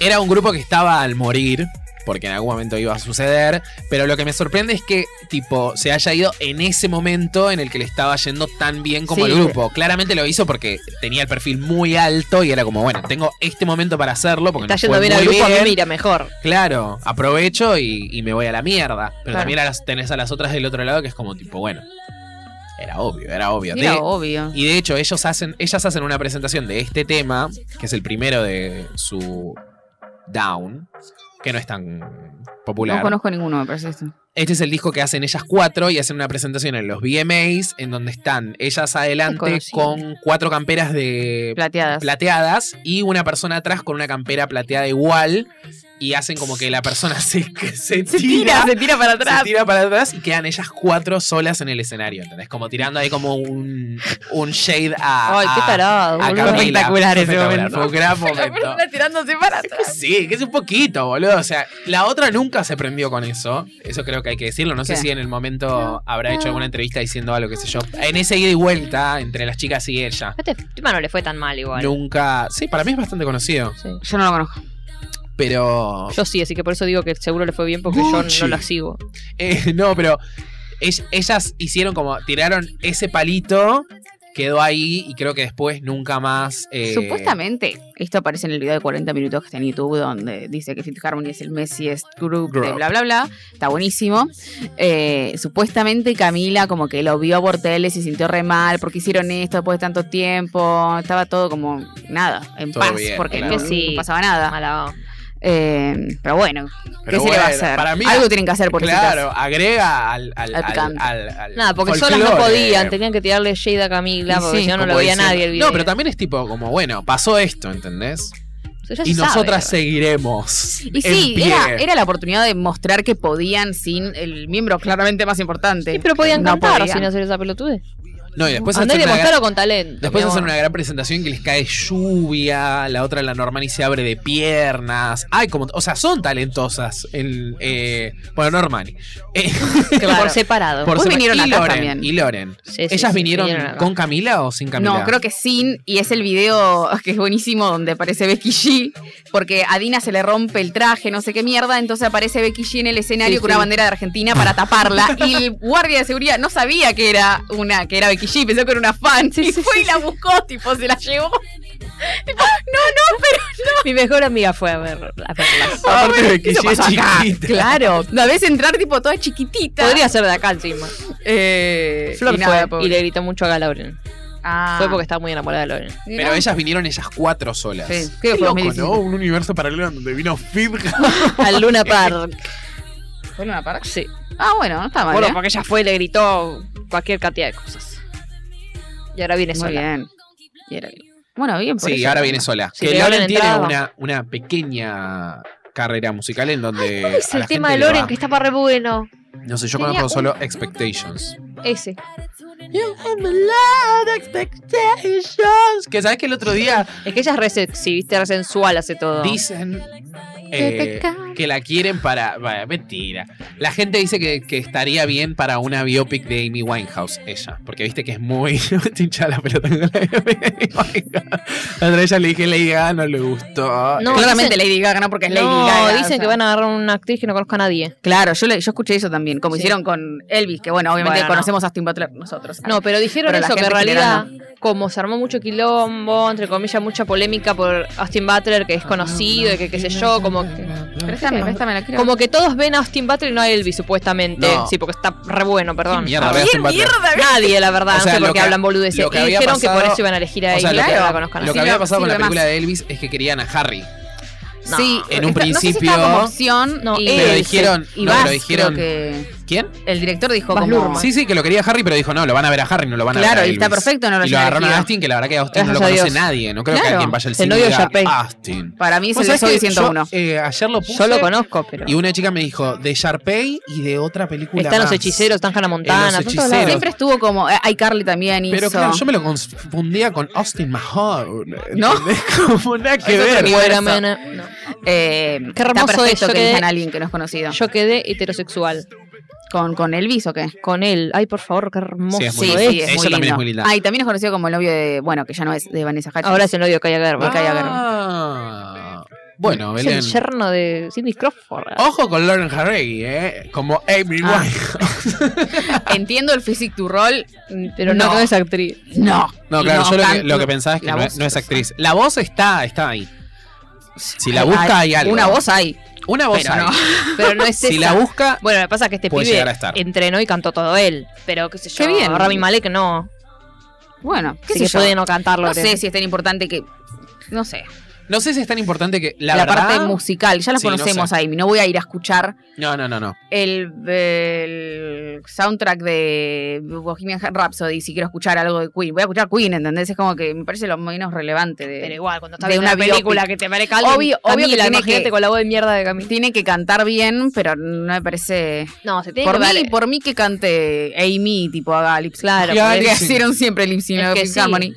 S1: Era un grupo que estaba al morir, porque en algún momento iba a suceder. Pero lo que me sorprende es que, tipo, se haya ido en ese momento en el que le estaba yendo tan bien como
S2: Sí.
S1: el grupo. Claramente lo hizo porque tenía el perfil muy alto y era como, bueno, tengo este momento para hacerlo porque
S4: Está
S1: nos
S4: yendo
S1: fue
S4: bien al
S1: muy
S4: grupo, a mí
S1: bien.
S4: me irá mejor.
S1: Claro, aprovecho y, y me voy a la mierda. Pero
S2: Claro.
S1: también a las- tenés a las otras del otro lado que es como, tipo, bueno, era obvio, era obvio.
S2: Era
S1: De-
S2: obvio.
S1: y de hecho, ellos hacen, ellas hacen una presentación de este tema, que es el primero de su Down, que no es tan popular.
S2: No conozco ninguno, me parece esto.
S1: Este es el disco que hacen ellas cuatro y hacen una presentación en los VMAs en donde están ellas adelante
S4: Desconocido.
S1: con cuatro camperas de
S4: Plateadas.
S1: plateadas y una persona atrás con una campera plateada igual y hacen como que la persona se, que se
S4: se tira,
S1: tira.
S4: se tira para
S1: Se
S4: atrás.
S1: tira para atrás y quedan ellas cuatro solas en el escenario, ¿entendés? Como tirando ahí como un, un shade a.
S4: Ay, qué
S1: a-
S4: tarado,
S1: a
S4: boludo.
S1: Camila.
S2: Espectacular ese momento.
S1: Fue un gran
S2: La
S1: momento.
S2: persona tirándose para atrás.
S1: Sí, que es un poquito, boludo. O sea, la otra nunca se prendió con eso. Eso creo que hay que decirlo. No sé
S2: ¿Qué?
S1: si en el momento habrá hecho alguna entrevista diciendo algo, qué sé yo. En ese ida y vuelta entre las chicas y ella.
S4: A Este tema no le fue tan mal igual.
S1: Nunca. Sí, para mí es bastante conocido.
S4: Sí.
S2: Yo no lo conozco.
S1: Pero.
S4: Yo sí, así que por eso digo que seguro le fue bien porque yo
S1: Gucci.
S4: no la sigo.
S1: Eh, no, pero. ell- Ellas hicieron como. Tiraron ese palito. Quedó ahí y creo que después nunca más. eh,
S2: Supuestamente, esto aparece en el video de 40 minutos que está en YouTube, donde dice que Fifth Harmony es el Messiest group, de
S1: Group.
S2: bla, bla, bla. Está buenísimo. Eh, supuestamente Camila como que lo vio a Bortel y se sintió re mal porque hicieron esto después de tanto tiempo. Estaba todo como nada, en
S1: Todo
S2: paz,
S1: bien,
S2: porque
S1: claro.
S2: no,
S4: Sí.
S2: no pasaba nada.
S4: Mala onda.
S2: Eh, pero bueno, ¿qué
S1: Pero
S2: se le va a
S1: bueno,
S2: hacer?
S1: para mí-
S2: Algo tienen que hacer por
S1: eh, Claro, agrega al. Al,
S2: Al picante.
S1: al-
S4: Nada, porque solas no
S1: folclore.
S4: podían, tenían que tirarle shade a Camila
S2: Y
S4: porque
S2: sí,
S4: si no, no lo
S1: eh. Como
S4: veía
S1: diciendo-
S4: nadie el video.
S1: No, pero también es tipo como, bueno, pasó esto, ¿entendés?
S4: Eso ya se
S1: y
S4: sabe.
S1: nosotras seguiremos.
S2: Y
S1: en
S2: sí,
S1: pie.
S2: era, era la oportunidad de mostrar que podían sin el miembro claramente más importante.
S4: Sí, pero podían
S2: No
S4: cantar
S2: podían.
S4: sin hacer esa pelotude.
S1: No, y después
S4: Andá
S1: hacen,
S4: y
S1: una gran,
S4: demostrarlo con talento.
S1: después
S4: mi
S1: hacen
S4: amor.
S1: una gran presentación que les cae lluvia, la otra la normal y se abre de piernas. Ay, como, o sea, son talentosas. El, eh, bueno, Normani. Eh,
S4: Claro, por
S1: por-
S4: separado.
S1: por
S2: Después
S1: sema-
S2: vinieron
S1: y
S2: acá
S1: Loren,
S2: también.
S1: Y Loren.
S4: Sí, sí,
S1: ¿Ellas
S4: sí,
S1: vinieron,
S4: acá.
S1: con Camila o sin Camila?
S2: No, creo que sin, y es el video que es buenísimo donde aparece Becky G, porque a Dina se le rompe el traje, no sé qué mierda, entonces aparece Becky G en el escenario
S4: Sí,
S2: con
S4: sí.
S2: una bandera de Argentina para taparla, y el guardia de seguridad no sabía que era una, que era Becky G, pensó que era una fan, y fue y la buscó, tipo, se la llevó.
S4: Mi mejor amiga fue a ver a verlas.
S1: Aparte de que
S2: Ah, ¿Qué
S1: ella es
S2: pasó acá?
S1: chiquita.
S2: Claro, la ves entrar tipo toda chiquitita.
S4: Podría ser de acá encima.
S2: Eh,
S4: Flor
S2: y nada,
S4: fue
S2: pobre.
S4: y le gritó mucho acá a Lauren.
S2: Ah.
S4: Fue porque estaba muy enamorada de Lauren.
S1: Pero ellas vinieron ellas cuatro solas.
S2: Sí, creo que fue
S1: Qué loco,
S2: 2017.
S1: ¿no? Un universo paralelo donde vino Fidga.
S4: Al Luna Park.
S2: ¿Fue en una parada?
S4: Sí.
S2: Ah, bueno, no está mal.
S4: Bueno,
S2: ¿eh?
S4: porque ella fue y le gritó cualquier cantidad de cosas. Y ahora viene
S2: Muy
S4: sola.
S2: bien. Y era bien. Bueno, bien. por
S1: Sí,
S2: ella,
S1: ahora
S2: ¿no?
S1: viene sola.
S4: Si
S1: que
S4: le
S1: Loren
S4: hablan
S1: tiene
S4: entrada,
S1: una, una pequeña carrera musical en donde.
S4: ¿Cuál es
S1: a la
S4: el tema de
S1: gente le
S4: Loren
S1: va.
S4: que estaba re bueno?
S1: No sé, yo
S4: tenía
S1: conozco
S4: un-
S1: solo Expectations.
S4: Ese.
S1: Expectations. Que sabes que el otro día
S4: Es que ella es re sexy, viste, re sensual, hace todo.
S1: dicen eh, que la quieren para. bueno, mentira. La gente dice que, que estaría bien para una biopic de Amy Winehouse, ella. Porque viste que es muy. hincha la pelota con la biopic de Amy Winehouse. La otra vez ya le dije Lady Gaga, no le gustó.
S4: No,
S2: Claramente
S4: dicen-
S2: Lady Gaga, ¿no? Porque es Lady
S4: No,
S2: Gaga.
S4: dicen
S2: o sea.
S4: que van a agarrar una actriz que no conozca a nadie.
S2: Claro, yo, le- yo escuché eso también, como
S4: Sí.
S2: hicieron con Elvis, que bueno, obviamente
S4: Bueno, no.
S2: conocemos a Austin Butler nosotros.
S4: No, pero dijeron
S2: Pero la
S4: eso, que en
S2: gente en
S4: realidad,
S2: general
S4: como se armó mucho quilombo, entre comillas, mucha polémica por Austin Butler, que es conocido y que qué sé yo, como que,
S2: préstame, préstame, la quiero.
S4: como que todos ven a Austin Butler y no a Elvis, supuestamente.
S1: No.
S4: Sí, porque está re bueno, perdón.
S1: mierda, veas un Butler.
S4: Nadie, la verdad,
S1: O sea,
S4: no sé por
S1: lo
S4: qué
S1: que-
S4: hablan boludeces.
S1: lo que
S4: Y
S1: había
S4: dijeron que
S1: pasado-
S4: por eso iban a elegir
S1: O
S4: a Elvis,
S1: sea, lo que,
S4: que no la conozcan.
S1: lo que
S4: así.
S1: había
S2: Silva-
S1: pasado con la
S2: Silva
S1: película de Elvis es que querían a Harry.
S4: No.
S2: Sí,
S1: En un
S2: esta- no sé si estaba
S1: principio-
S2: como opción,
S4: No,
S2: y-
S4: pero
S2: ese-
S1: dijeron-
S2: y
S1: no, pero
S2: Bas,
S1: dijeron-
S2: creo que
S1: ¿Quién?
S2: el director dijo
S4: Bas
S2: como...
S4: Luhrmann.
S1: Sí, sí, que lo quería Harry, pero dijo, no, lo van a ver a Harry, no lo van a ver
S2: Claro,
S1: a
S2: y
S1: Elvis.
S2: está perfecto, no lo
S1: Y lo
S2: hayan
S1: agarraron a
S2: elegido.
S1: Austin, que la verdad que Austin
S4: Gracias
S1: no lo
S4: a
S1: conoce
S4: Dios.
S1: nadie. No creo que
S2: Claro.
S1: alguien vaya al
S4: El
S1: cine
S4: novio
S1: y diga,
S4: Yapey.
S1: Austin.
S2: Para mí es
S1: Vos
S2: el
S1: sabés
S2: Soy
S1: que
S2: 101.
S1: yo, eh, ayer lo puse
S4: Yo lo conozco, pero.
S1: y una chica me dijo, de Sharpay y de otra película
S4: Están los
S1: más".
S4: hechiceros, están Hannah
S1: Los
S4: Montana, están todos lados.
S1: hechiceros.
S2: Siempre estuvo como... eh, Ay, Carly también hizo...
S1: Pero claro, yo me lo confundía con Austin Mahone.
S2: No.
S1: ¿entendés? Como nada que
S2: Eso
S1: ver.
S2: también.
S4: Bueno,
S2: universo.
S4: mana, no.
S2: Eh,
S4: Qué hermoso
S2: está perfecto
S4: eso
S2: que
S4: que-
S2: digan a alguien que no es conocido.
S4: Yo quedé heterosexual
S2: ¿Con, ¿Con Elvis o qué?
S4: con él. Ay, por favor, qué hermoso.
S1: Sí, es muy
S2: sí,
S1: lindo.
S2: sí,
S1: Ella
S2: es muy,
S1: también
S2: lindo.
S1: es muy linda.
S2: Ah, y también es conocido como el novio de... Bueno, que ya no es de Vanessa Hutchins.
S4: Ahora es el novio de Kaya Gerber.
S2: Kaya Gerber.
S1: Ah. Bueno,
S4: es
S1: Belén.
S4: el yerno de Cindy Crawford.
S2: Oh,
S1: Ojo con Lauren Harry, ¿eh? Como Amy
S2: Ah.
S1: Winehouse.
S2: Entiendo el physique to roll, mm,
S4: Pero no, no es actriz.
S2: No.
S1: No, claro,
S2: No,
S1: yo lo que,
S2: canto.
S1: lo que pensaba es que
S2: La
S1: no,
S2: voz,
S1: no es
S2: pero-
S1: actriz. La voz está, está ahí. Si la
S2: Ay,
S1: busca
S2: ay,
S1: hay algo.
S2: Una voz hay.
S1: Una voz
S2: pero
S1: hay.
S2: no.
S4: Pero no es
S1: Si
S4: esa.
S1: la busca,
S4: Bueno, lo que pasa es que este
S1: Puede
S4: pibe
S1: llegar a estar.
S4: entrenó y cantó todo él. Pero qué sé yo.
S2: Qué bien.
S4: Rami Malek no.
S2: Bueno, qué
S4: Así
S2: sé
S4: que eh.
S2: yo.
S4: puede no cantarlo.
S2: No sé si es tan importante que. No sé.
S1: No sé si es tan importante que. La,
S2: La,
S1: verdad-
S2: parte musical, ya los
S1: Sí, no
S2: conocemos
S1: sé.
S2: ahí. No voy a ir a escuchar
S1: No, no, no, no.
S2: el, el soundtrack de Bohemian Rhapsody si quiero escuchar algo de Queen. Voy a escuchar Queen, ¿entendés? Es como que me parece lo menos relevante. De...
S5: Pero igual, cuando
S2: de
S5: estás viendo
S2: una
S5: una película
S2: biopic.
S5: que te parezca alguien,
S2: Obvio- obvio que
S5: Camila,
S2: tiene
S5: imagínate
S2: que-
S4: con la voz de mierda de Camila.
S2: Tiene que cantar bien, pero no me parece.
S4: No, se tiene
S2: Por
S4: que
S2: mí,
S4: dar-
S2: por mí que cante Amy, tipo haga lip sync.
S4: Claro,
S1: Ya,
S2: Que
S1: lip sync.
S2: hicieron siempre lip sync,
S4: Es
S2: ¿no?
S4: que
S2: Fifth
S4: sí.
S2: Harmony.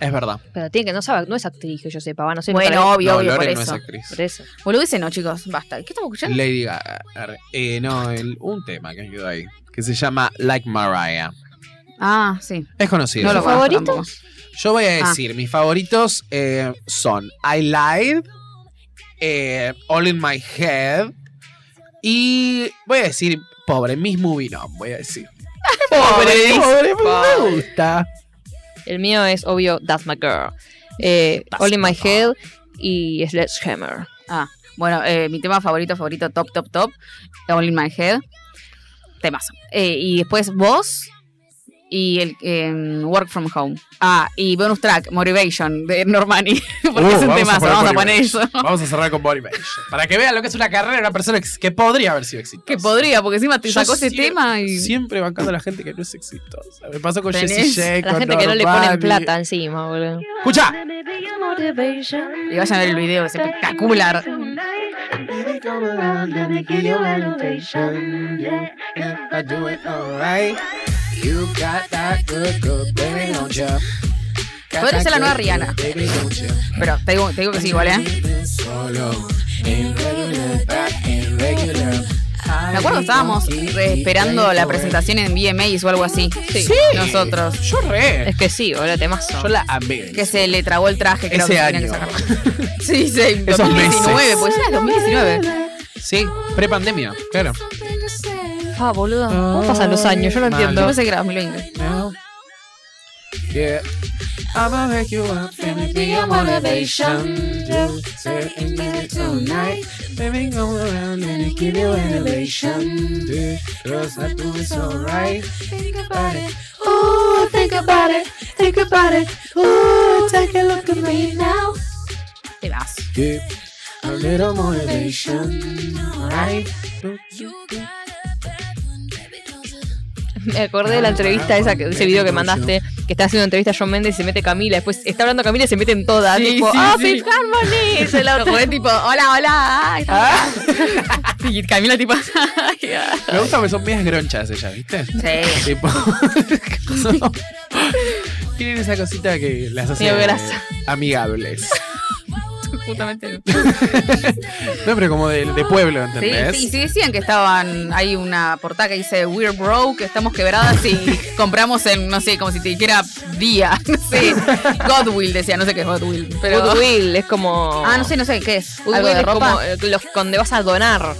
S1: Es verdad.
S4: pero tiene que, no sabe, no es actriz que yo sepa, va, no sé. nunca la
S2: Bueno,
S4: vi.
S2: obvio,
S1: no,
S2: obvio, por
S1: Loren no es
S2: eso.
S1: actriz.
S4: por eso.
S2: Boludece no, chicos, basta. ¿Qué estamos escuchando?
S1: Lady Gaga. Arre. Eh, no, el- un tema que quedó ahí. Que se llama Like Mariah.
S2: Ah, sí.
S1: Es conocido.
S2: No lo
S4: ¿Sus
S2: conozco
S4: favoritos?
S2: tampoco.
S1: Yo voy a
S2: Ah.
S1: decir, mis favoritos eh, son I Lied, eh, All in My Head y voy a decir, pobre, Miss Movie No, voy a decir.
S4: Miss-
S1: pobre,
S4: pobre.
S1: me gusta.
S4: El mío es obvio That's My Girl. Eh,
S1: That's
S4: All in
S1: my
S4: My Head y Sledgehammer.
S2: Ah, bueno, eh, mi tema favorito, favorito, top, top, top. All in my head. Temas. Eh, y después vos y el eh, Work from Home. Ah, y bonus track, Motivation de Normani. Porque
S1: Uh,
S2: es un
S1: vamos a
S2: temazo,
S1: poner
S2: vamos a
S1: Body
S2: poner
S1: Bag.
S2: eso.
S1: Vamos a cerrar con Body Bag. Para que vean lo que es una carrera de una persona ex- que podría haber sido exitosa.
S2: Que podría, porque encima te
S1: Yo
S2: sacó ese
S1: siempre-
S2: tema y.
S1: Siempre bancando a la gente que no es exitosa. Me pasó con
S2: Tenés
S1: Jessie J.
S4: La
S1: con
S4: gente que no le ponen
S1: Normani.
S4: plata encima, boludo.
S1: Escucha.
S2: Y vayan a ver el video, es espectacular. Podría ser la nueva Rihanna. Pero te digo, te digo que sí, igual, ¿eh? Me acuerdo que estábamos re esperando la presentación en VMAs o algo así. Sí. Nosotros. Ah,
S1: Yo re.
S4: Es que sí, boludo, temazo.
S1: Yo la amé.
S2: Que se le trabó el traje, creo
S1: Ese
S2: que se tenía
S1: año.
S2: que sacar. Sí, sí,
S1: Esos
S2: 2019,
S1: meses.
S2: pues era 2019.
S1: Sí, prepandemia, claro.
S4: Ah, boludo. ¿Cómo pasan los años? Yo no
S1: Mal.
S4: entiendo.
S2: Yo pensé que era 2020.
S1: Yeah. I'ma make you up and be your motivation. Just sit in there tonight. Baby, go around and give you elevation. Yeah, Cause I do it's alright.
S3: Think about it. Ooh, think about it. Think about it. Ooh, take a look at me now.
S2: Te vas.
S1: Give a little motivation. Alright.
S4: Me acordé de la entrevista esa, que- ese video que mandaste, que está haciendo entrevista a John Mendes y se mete Camila, después está hablando Camila y se meten todas.
S2: Sí,
S4: tipo,
S2: sí,
S4: ¡Ah,
S2: sí.
S4: Fifth Harmony! Se la
S2: Lo jugué tipo, hola, hola. ay, Y Camila tipo. ay, ay.
S1: Me gusta porque son medias gronchas ellas, ¿viste?
S2: Sí.
S1: Tipo, son- Tienen esa cosita que las hace
S4: Medio grasa.
S1: amigables.
S2: Justamente.
S1: No, pero como de, de pueblo,
S2: Sí,
S1: ¿entendés?
S2: sí, y si decían que estaban, hay una portada que dice We're broke, estamos quebradas y compramos en, no sé, como si te dijera día, no sé, Godwill decía, no sé qué es Godwill, pero...
S4: Goodwill es como.
S2: Ah, no sé, no sé, ¿qué es?
S4: Goodwill
S2: ¿Algo de
S4: es como
S2: ropa? Ah,
S4: eh, los donde vas a donar.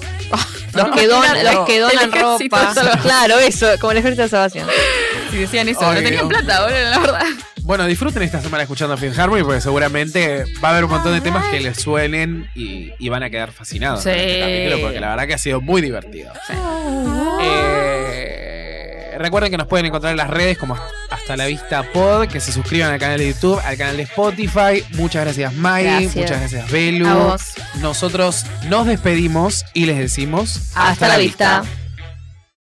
S4: Los
S2: No.
S4: que, donan,
S2: Claro.
S4: los que
S2: El
S4: donan
S2: ejército
S4: ropa.
S2: salvaje.
S4: Claro, eso, como el ejército de salvación.
S2: Si decían eso,
S1: Ay,
S2: no
S1: Dios.
S2: tenían plata, boludo, la verdad.
S1: Bueno, disfruten esta semana escuchando Fifth Harmony porque seguramente va a haber un montón de temas que les suenen y, y van a quedar fascinados
S2: Sí.
S1: con este capítulo porque la verdad que ha sido muy divertido. Eh, recuerden que nos pueden encontrar en las redes como Hasta la Vista Pod, que se suscriban al canal de YouTube, al canal de Spotify. Muchas gracias May,
S4: Gracias.
S1: muchas gracias Belu.
S2: A vos.
S1: Nosotros nos despedimos y les decimos
S4: Hasta, la vista.